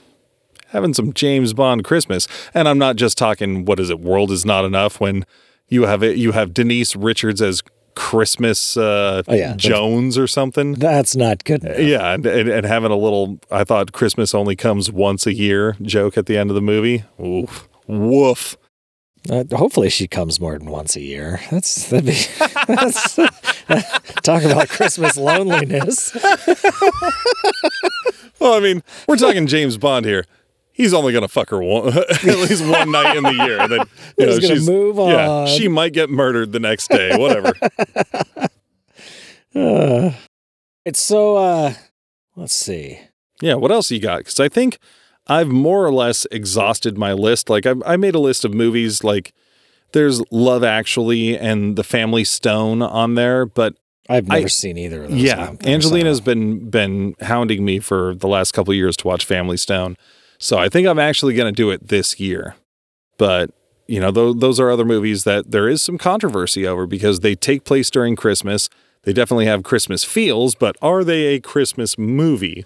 S2: having some James Bond Christmas, and I'm not just talking what is it? World is not enough when you have it. You have Denise Richards as Christmas uh,
S1: Oh, yeah.
S2: Jones or something.
S1: That's not good. enough.
S2: Yeah, and, and, and having a little, I thought Christmas only comes once a year joke at the end of the movie. Oof, woof.
S1: Uh, hopefully, she comes more than once a year. That's that'd be (laughs) that's, talk about Christmas
S2: (laughs)
S1: loneliness.
S2: Well, I mean, we're talking James Bond here. He's only going to fuck her one, (laughs) at least one night in the
S1: (laughs)
S2: year. and Then you know,
S1: He's gonna
S2: she's-
S1: move
S2: Yeah,
S1: on.
S2: she might get murdered the next day.
S1: (laughs)
S2: Whatever.
S1: Uh, it's so. uh Let's see.
S2: yeah. What else you got? Because I think I've more or less exhausted my list. Like I, I made a list of movies. Like there's Love Actually and The Family Stone on there, but
S1: I've
S2: I-
S1: never seen either of those. I
S2: Yeah,
S1: don't think,
S2: Angelina's
S1: so.
S2: been been hounding me for the last couple of years to watch Family Stone, so I think I'm actually going to do it this year. But you know, those those are other movies that there is some controversy over because they take place during Christmas. They definitely have Christmas feels, but are they a Christmas movie?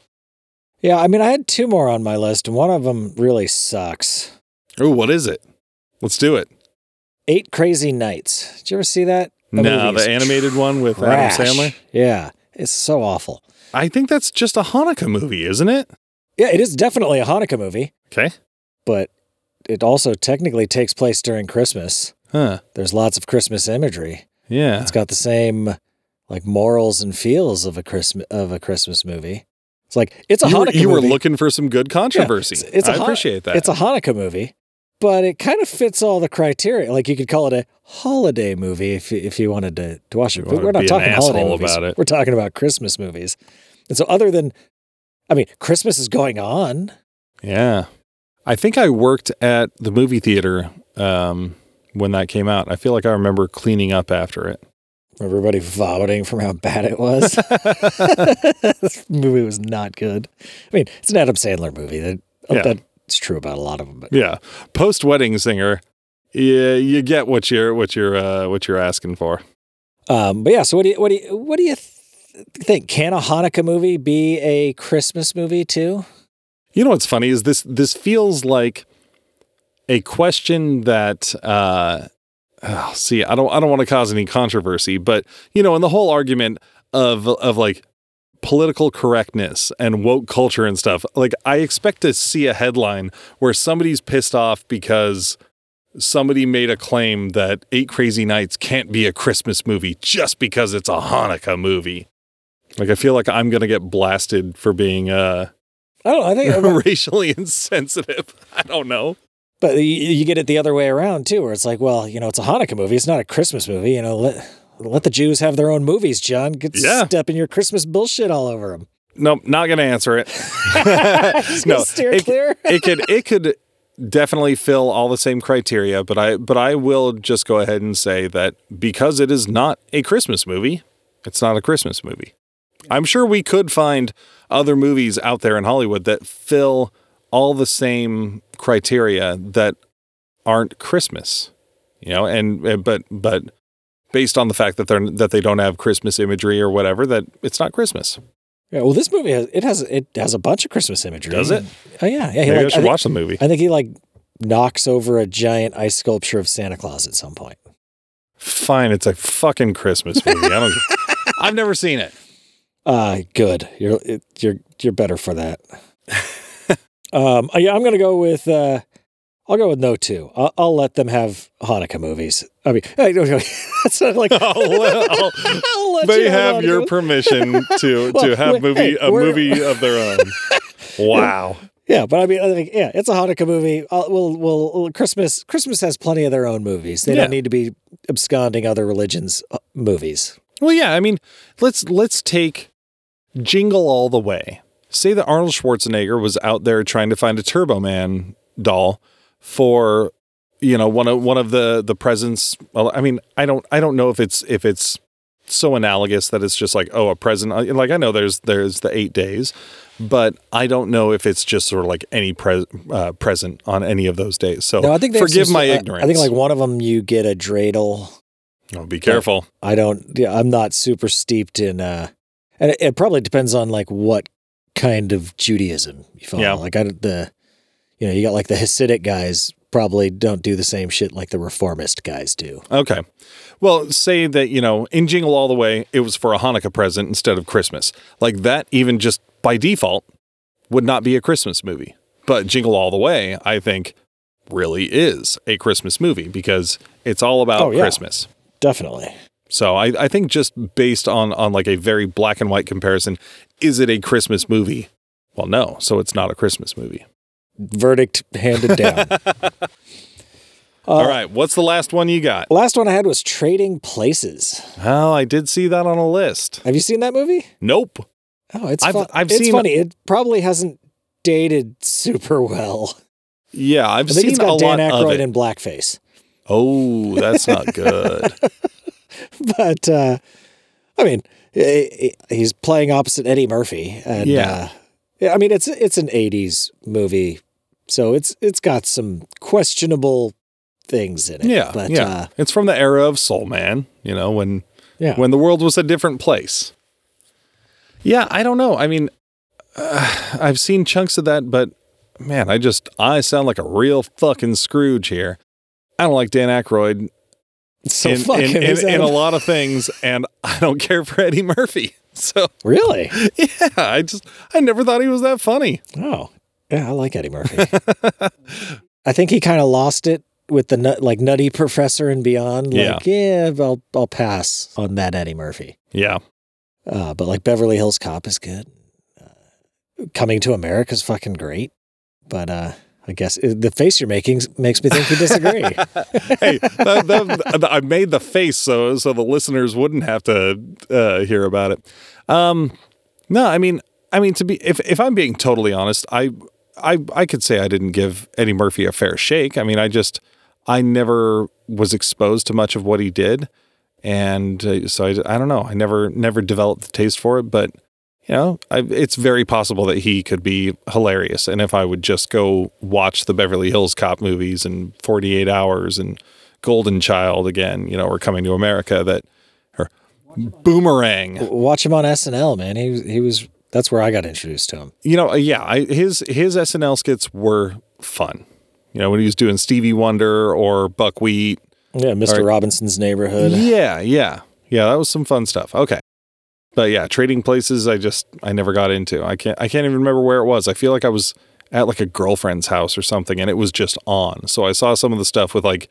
S1: Yeah, I mean, I had two more on my list, and one of them really sucks.
S2: Oh, what is it? Let's do it.
S1: Eight Crazy Nights. Did you ever see that? That
S2: no,
S1: movie is
S2: the animated one with
S1: trash.
S2: Adam Sandler.
S1: Yeah, it's so awful.
S2: I think that's just a Hanukkah movie, isn't it?
S1: Yeah, it is definitely a Hanukkah movie,
S2: Okay.
S1: but it also technically takes place during Christmas.
S2: Huh.
S1: There's lots of Christmas imagery.
S2: Yeah.
S1: It's got the same like morals and feels of a Christmas of a Christmas movie. It's like it's a
S2: you were,
S1: Hanukkah
S2: you were
S1: movie.
S2: looking for some good
S1: Yeah,
S2: controversy.
S1: it's- it's a
S2: I
S1: Han-
S2: appreciate that.
S1: It's a Hanukkah movie, but it kind of fits all the criteria. Like you could call it a holiday movie if you, if you wanted to, to watch it.
S2: You
S1: But
S2: wanna
S1: we're
S2: be
S1: not
S2: an
S1: talking holiday
S2: asshole
S1: movies.
S2: about it.
S1: We're talking about Christmas movies. And so, other than, I mean, Christmas is going on.
S2: Yeah. I think I worked at the movie theater um, when that came out. I feel like I remember cleaning up after it.
S1: Everybody vomiting from how bad it was. (laughs) this movie was not good. I mean, it's an Adam Sandler movie. That,
S2: Yeah.
S1: That's true about a lot of them. But
S2: (laughs) Yeah. Post wedding singer. Yeah, you get what you're what you're uh, what you're asking for.
S1: Um, but yeah, so what do you what do you what do you th- think? Can a Hanukkah movie be a Christmas movie too?
S2: You know what's funny is this this feels like a question that uh oh, see, I don't I don't want to cause any controversy, but you know, in the whole argument of of like political correctness and woke culture and stuff, like I expect to see a headline where somebody's pissed off because somebody made a claim that Eight Crazy Nights can't be a Christmas movie just because it's a Hanukkah movie. Like I feel like I'm gonna get blasted for being uh
S1: I don't know. I
S2: (laughs)
S1: think,
S2: racially insensitive. (laughs) I don't know.
S1: but you, you get it the other way around too, where it's like, well, you know, it's a Hanukkah movie. It's not a Christmas movie. You know, let let the Jews have their own movies. John, get
S2: Yeah.
S1: stepping your Christmas bullshit all over them.
S2: Nope, not gonna answer it.
S1: (laughs) Just gonna steer
S2: it,
S1: clear.
S2: it could it could definitely fill all the same criteria, but I but I will just go ahead and say that because it is not a Christmas movie, it's not a Christmas movie. I'm sure we could find other movies out there in Hollywood that fill all the same criteria that aren't Christmas. You know, and and- but but based on the fact that they're that they don't have Christmas imagery or whatever, that it's not Christmas.
S1: Yeah. Well, this movie has it has it has a bunch of Christmas imagery.
S2: Does it?
S1: Oh yeah. Yeah. he,
S2: Maybe
S1: like-
S2: I
S1: I
S2: should
S1: think-
S2: watch the movie.
S1: I think he like knocks over a giant ice sculpture of Santa Claus at some point.
S2: Fine, it's a fucking Christmas movie. I don't. (laughs) I've never seen it.
S1: Uh good. You're it, you're you're better for
S2: (laughs)
S1: that. um yeah, I'm going to go with uh I'll go with no two. I'll, I'll let them have Hanukkah movies. I mean, (laughs) I don't know. That's not
S2: (laughs)
S1: like
S2: I'll let- I'll-
S1: I'll let
S2: Oh. They
S1: you
S2: have your
S1: Hanukkah.
S2: permission (laughs) to
S1: Well,
S2: to have
S1: wait,
S2: movie
S1: hey,
S2: a
S1: we're-
S2: movie of (laughs) their own. Wow.
S1: yeah, but I mean, I think, yeah, it's a Hanukkah movie. I'll, we'll, we'll we'll- Christmas Christmas has plenty of their own movies. They
S2: Yeah.
S1: don't need to be absconding other religions' uh, movies.
S2: Well, yeah. I mean, let's let's take Jingle All the Way. Say that Arnold Schwarzenegger was out there trying to find a Turbo Man doll for you know one of one of the the presents. Well, I mean, I don't I don't know if it's if it's so analogous that it's just like oh a present Uh, like I know there's there's the eight days, but I don't know if it's just sort of like any pre- uh, present on any of those days. So
S1: No, I think they have
S2: forgive
S1: some-
S2: my
S1: I-
S2: ignorance.
S1: I think like one of them you get a dreidel.
S2: oh, be careful.
S1: I don't. Yeah, I'm not super steeped in. uh And it, it probably depends on like what kind of Judaism you follow.
S2: Yeah.
S1: Like I don't- the, you know, you got like the Hasidic guys probably don't do the same shit like the Reformist guys do.
S2: Okay. Well, say that, you know, in Jingle All the Way, it was for a Hanukkah present instead of Christmas. Like that, even just by default, would not be a Christmas movie. But Jingle All the Way, I think, really is a Christmas movie because it's all about
S1: Oh, yeah.
S2: Christmas.
S1: Definitely.
S2: So I, I think just based on on like a very black and white comparison, is it a Christmas movie? Well, no. So it's not a Christmas movie.
S1: Verdict
S2: (laughs)
S1: handed down. Uh,
S2: all right. What's the last one you got?
S1: Last one I had was Trading Places.
S2: Well, I did see that on a list.
S1: Have you seen that movie?
S2: Nope.
S1: Oh, it's
S2: I've-
S1: fun-
S2: I've
S1: it's
S2: seen-
S1: funny. It probably hasn't dated super well.
S2: Yeah, I've
S1: I think
S2: seen
S1: it's
S2: a
S1: got Dan
S2: lot of
S1: Aykroyd
S2: it.
S1: in blackface. (laughs)
S2: oh, that's not good.
S1: But uh, I mean, eh, eh, he's playing opposite Eddie Murphy, and
S2: Yeah.
S1: uh, yeah, I mean it's it's an '80s movie, so it's it's got some questionable things in it.
S2: (laughs) yeah,
S1: but
S2: yeah.
S1: Uh,
S2: it's from the era of Soul Man. You know when
S1: yeah,
S2: when the world was a different place. Yeah, I don't know. I mean, uh, I've seen chunks of that, but man, I just I sound like a real fucking Scrooge here. I don't like Dan Aykroyd
S1: so
S2: in,
S1: fucking
S2: in,
S1: is
S2: in,
S1: that-
S2: in a lot of things, and I don't (laughs) care for Eddie Murphy. So (laughs)
S1: Really?
S2: yeah, I just I never thought he was that funny.
S1: Oh, yeah, I like Eddie
S2: (laughs)
S1: Murphy. I think he kind of lost it with the nut, like Nutty Professor and Beyond. Like, yeah, I'll I'll pass on that Eddie Murphy.
S2: Yeah,
S1: Uh, but like Beverly Hills Cop is good. Uh, Coming to America is fucking great. But uh, I guess uh, the face you're making s- makes me think you (laughs) disagree.
S2: hey, that, that, I made the face so so the listeners wouldn't have to uh, hear about it. Um, no, I mean, I mean to be if if I'm being totally honest, I I I could say I didn't give Eddie Murphy a fair shake. I mean, I just I never was exposed to much of what he did, and uh, so I, I don't know. I never never developed the taste for it, but. You know, I, it's very possible that he could be hilarious. And if I would just go watch the Beverly Hills Cop movies and 48 Hours and Golden Child again, you know, or Coming to America, that, or Boomerang.
S1: Watch him on SNL, man. He was- he was that's where I got introduced to him.
S2: You know, yeah, I, his his SNL skits were fun. You know, when he was doing Stevie Wonder or Buckwheat.
S1: Yeah, Mr.
S2: right.
S1: Robinson's Neighborhood.
S2: Yeah, yeah. Yeah, that was some fun stuff. Okay. But yeah, trading places I just I never got into. I can't I can't even remember where it was. I feel like I was at like a girlfriend's house or something and it was just on. So I saw some of the stuff with like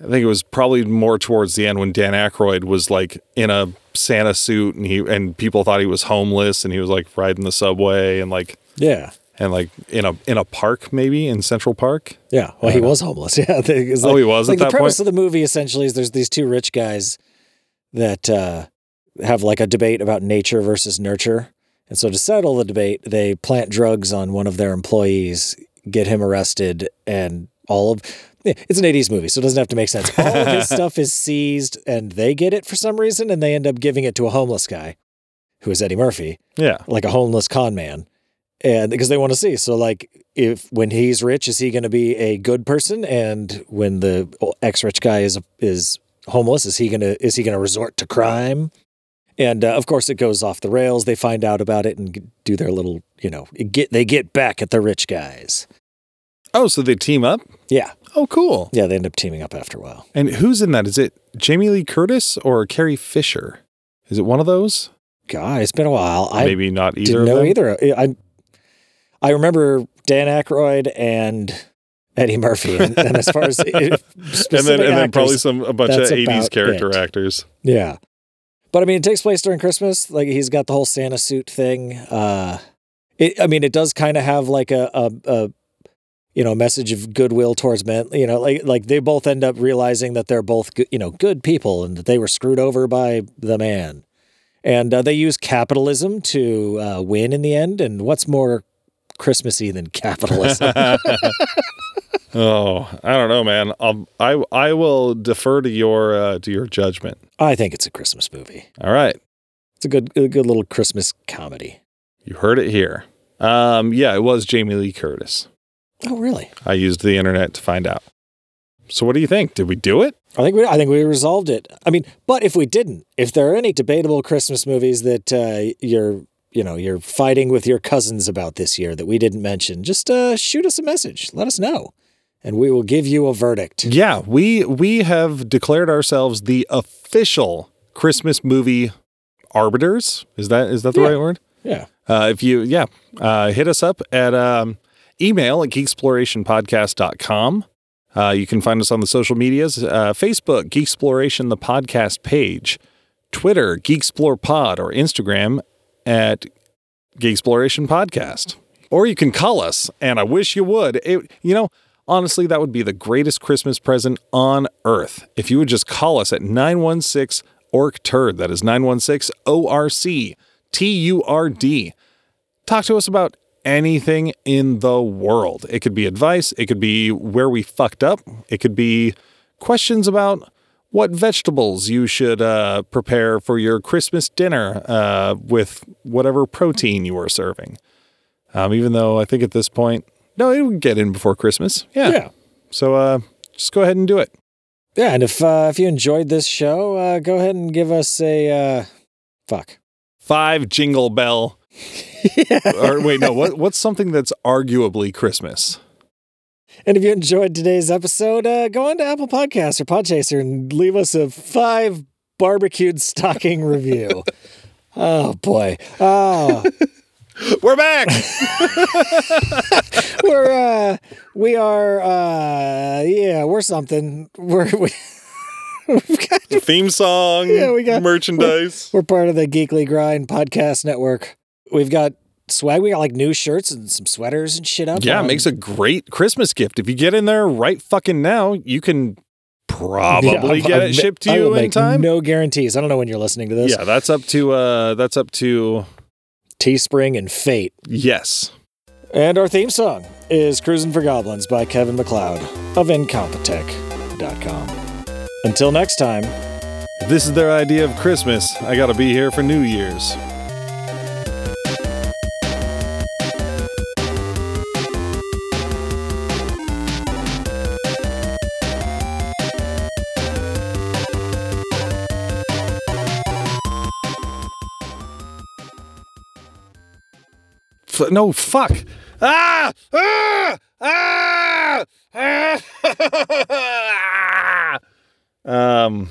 S2: I think it was probably more towards the end when Dan Aykroyd was like in a Santa suit and he and people thought he was homeless and he was like riding the subway and like
S1: yeah.
S2: and like in a in a park maybe in Central Park.
S1: Yeah. Well, he was homeless. (laughs) Yeah. They- 'cause,
S2: Oh, he was at
S1: like
S2: that
S1: the premise of the movie essentially is there's these two rich guys that uh, have like a debate about nature versus nurture. And so to settle the debate, they plant drugs on one of their employees, get him arrested, and all of eh, it's an 80s movie, so it doesn't have to make sense. All of
S2: (laughs)
S1: his stuff is seized and they get it for some reason and they end up giving it to a homeless guy who is Eddie Murphy
S2: Yeah.
S1: like a homeless con man and because they want to see so like if when he's rich is he going to be a good person and when the ex-rich guy is is homeless is he going to is he going to resort to crime and uh, of course it goes off the rails they find out about it and g- do their little you know get they get back at the rich guys
S2: Oh, so they team up?
S1: yeah
S2: Oh, cool.
S1: yeah they end up teaming up after a while
S2: And who's in that? Is it Jamie Lee Curtis or Carrie Fisher? Is it one of those?
S1: god it's been a while i
S2: Maybe not either.
S1: didn't
S2: of
S1: know
S2: them.
S1: either i i remember dan Aykroyd and Eddie Murphy, and, and as far
S2: (laughs)
S1: as if
S2: And then,
S1: specific
S2: and then
S1: actors,
S2: probably some a bunch of
S1: that's
S2: '80s
S1: about
S2: character
S1: it. (laughs)
S2: actors.
S1: Yeah. But I mean, it takes place during Christmas. Like he's got the whole Santa suit thing. Uh, it, I mean, it does kind of have like a, a, a, you know, message of goodwill towards men. You know, like like they both end up realizing that they're both go- you know good people and that they were screwed over by the man, and uh, they use capitalism to uh, win in the end. And what's more Christmassy than capitalism?
S2: (laughs) Oh, I don't know, man. I'll, I I will defer to your uh, to your judgment.
S1: I think it's a Christmas movie.
S2: All right,
S1: It's a good a good little Christmas comedy.
S2: you heard it here. Um, yeah, it was Jamie Lee Curtis.
S1: Oh, really?
S2: I used the internet to find out. So, what do you think? Did we do it?
S1: I think we I think we resolved it. I mean, but if we didn't, if there are any debatable Christmas movies that uh, you're you know you're fighting with your cousins about this year that we didn't mention, just uh, shoot us a message. Let us know, and we will give you a verdict.
S2: Yeah, we we have declared ourselves the official Christmas movie arbiters. Is that is that the
S1: Yeah.
S2: right word?
S1: Yeah.
S2: Uh, if you, yeah, uh, hit us up at um, email at geeksplorationpodcast.com. Uh, you can find us on the social medias uh, Facebook, Geek Exploration, the podcast page, Twitter, Geek Explore Pod, or Instagram at Geek Exploration Podcast. Or you can call us, and I wish you would. It, you know, honestly, that would be the greatest Christmas present on earth if you would just call us at 916 ORC TURD. That is 916 O R C T U R D talk to us about anything in the world. It could be advice, it could be where we fucked up, it could be questions about what vegetables you should uh, prepare for your Christmas dinner uh, with whatever protein you are serving. Um, even though I think at this point, no, it would get in before Christmas. Yeah.
S1: Yeah.
S2: So uh, just go ahead and do it.
S1: Yeah, and if uh, if you enjoyed this show, uh, go ahead and give us a uh, fuck.
S2: Five jingle bell. or wait, no, what, what's something that's arguably Christmas?
S1: And if you enjoyed today's episode, uh, go on to Apple Podcasts or Podchaser and leave us a five barbecued stocking
S2: (laughs)
S1: review. oh boy, oh,
S2: We're (laughs) back.
S1: we're uh, we are uh, yeah, we're something. We're we, (laughs) we've got
S2: theme song,
S1: Yeah, we got-
S2: merchandise.
S1: We're part of the Geekly Grind podcast network. We've got swag. We got like new shirts and some sweaters and shit up. Um,
S2: yeah, it
S1: on-
S2: makes a great Christmas gift. If you get in there right fucking now, you can probably
S1: Yeah,
S2: get
S1: I-
S2: it shipped to
S1: I will
S2: you in
S1: make
S2: time.
S1: No guarantees. I don't know when you're listening to this.
S2: yeah, that's up to uh that's up to
S1: Teespring and Fate.
S2: yes.
S1: And our theme song is Cruisin' for Goblins by Kevin McLeod of Incompetech.com. Until next time,
S2: If This is their idea of Christmas. I got to be here for New Year's. F- no, fuck. Ah! Ah! (laughs) Ah! Ah! um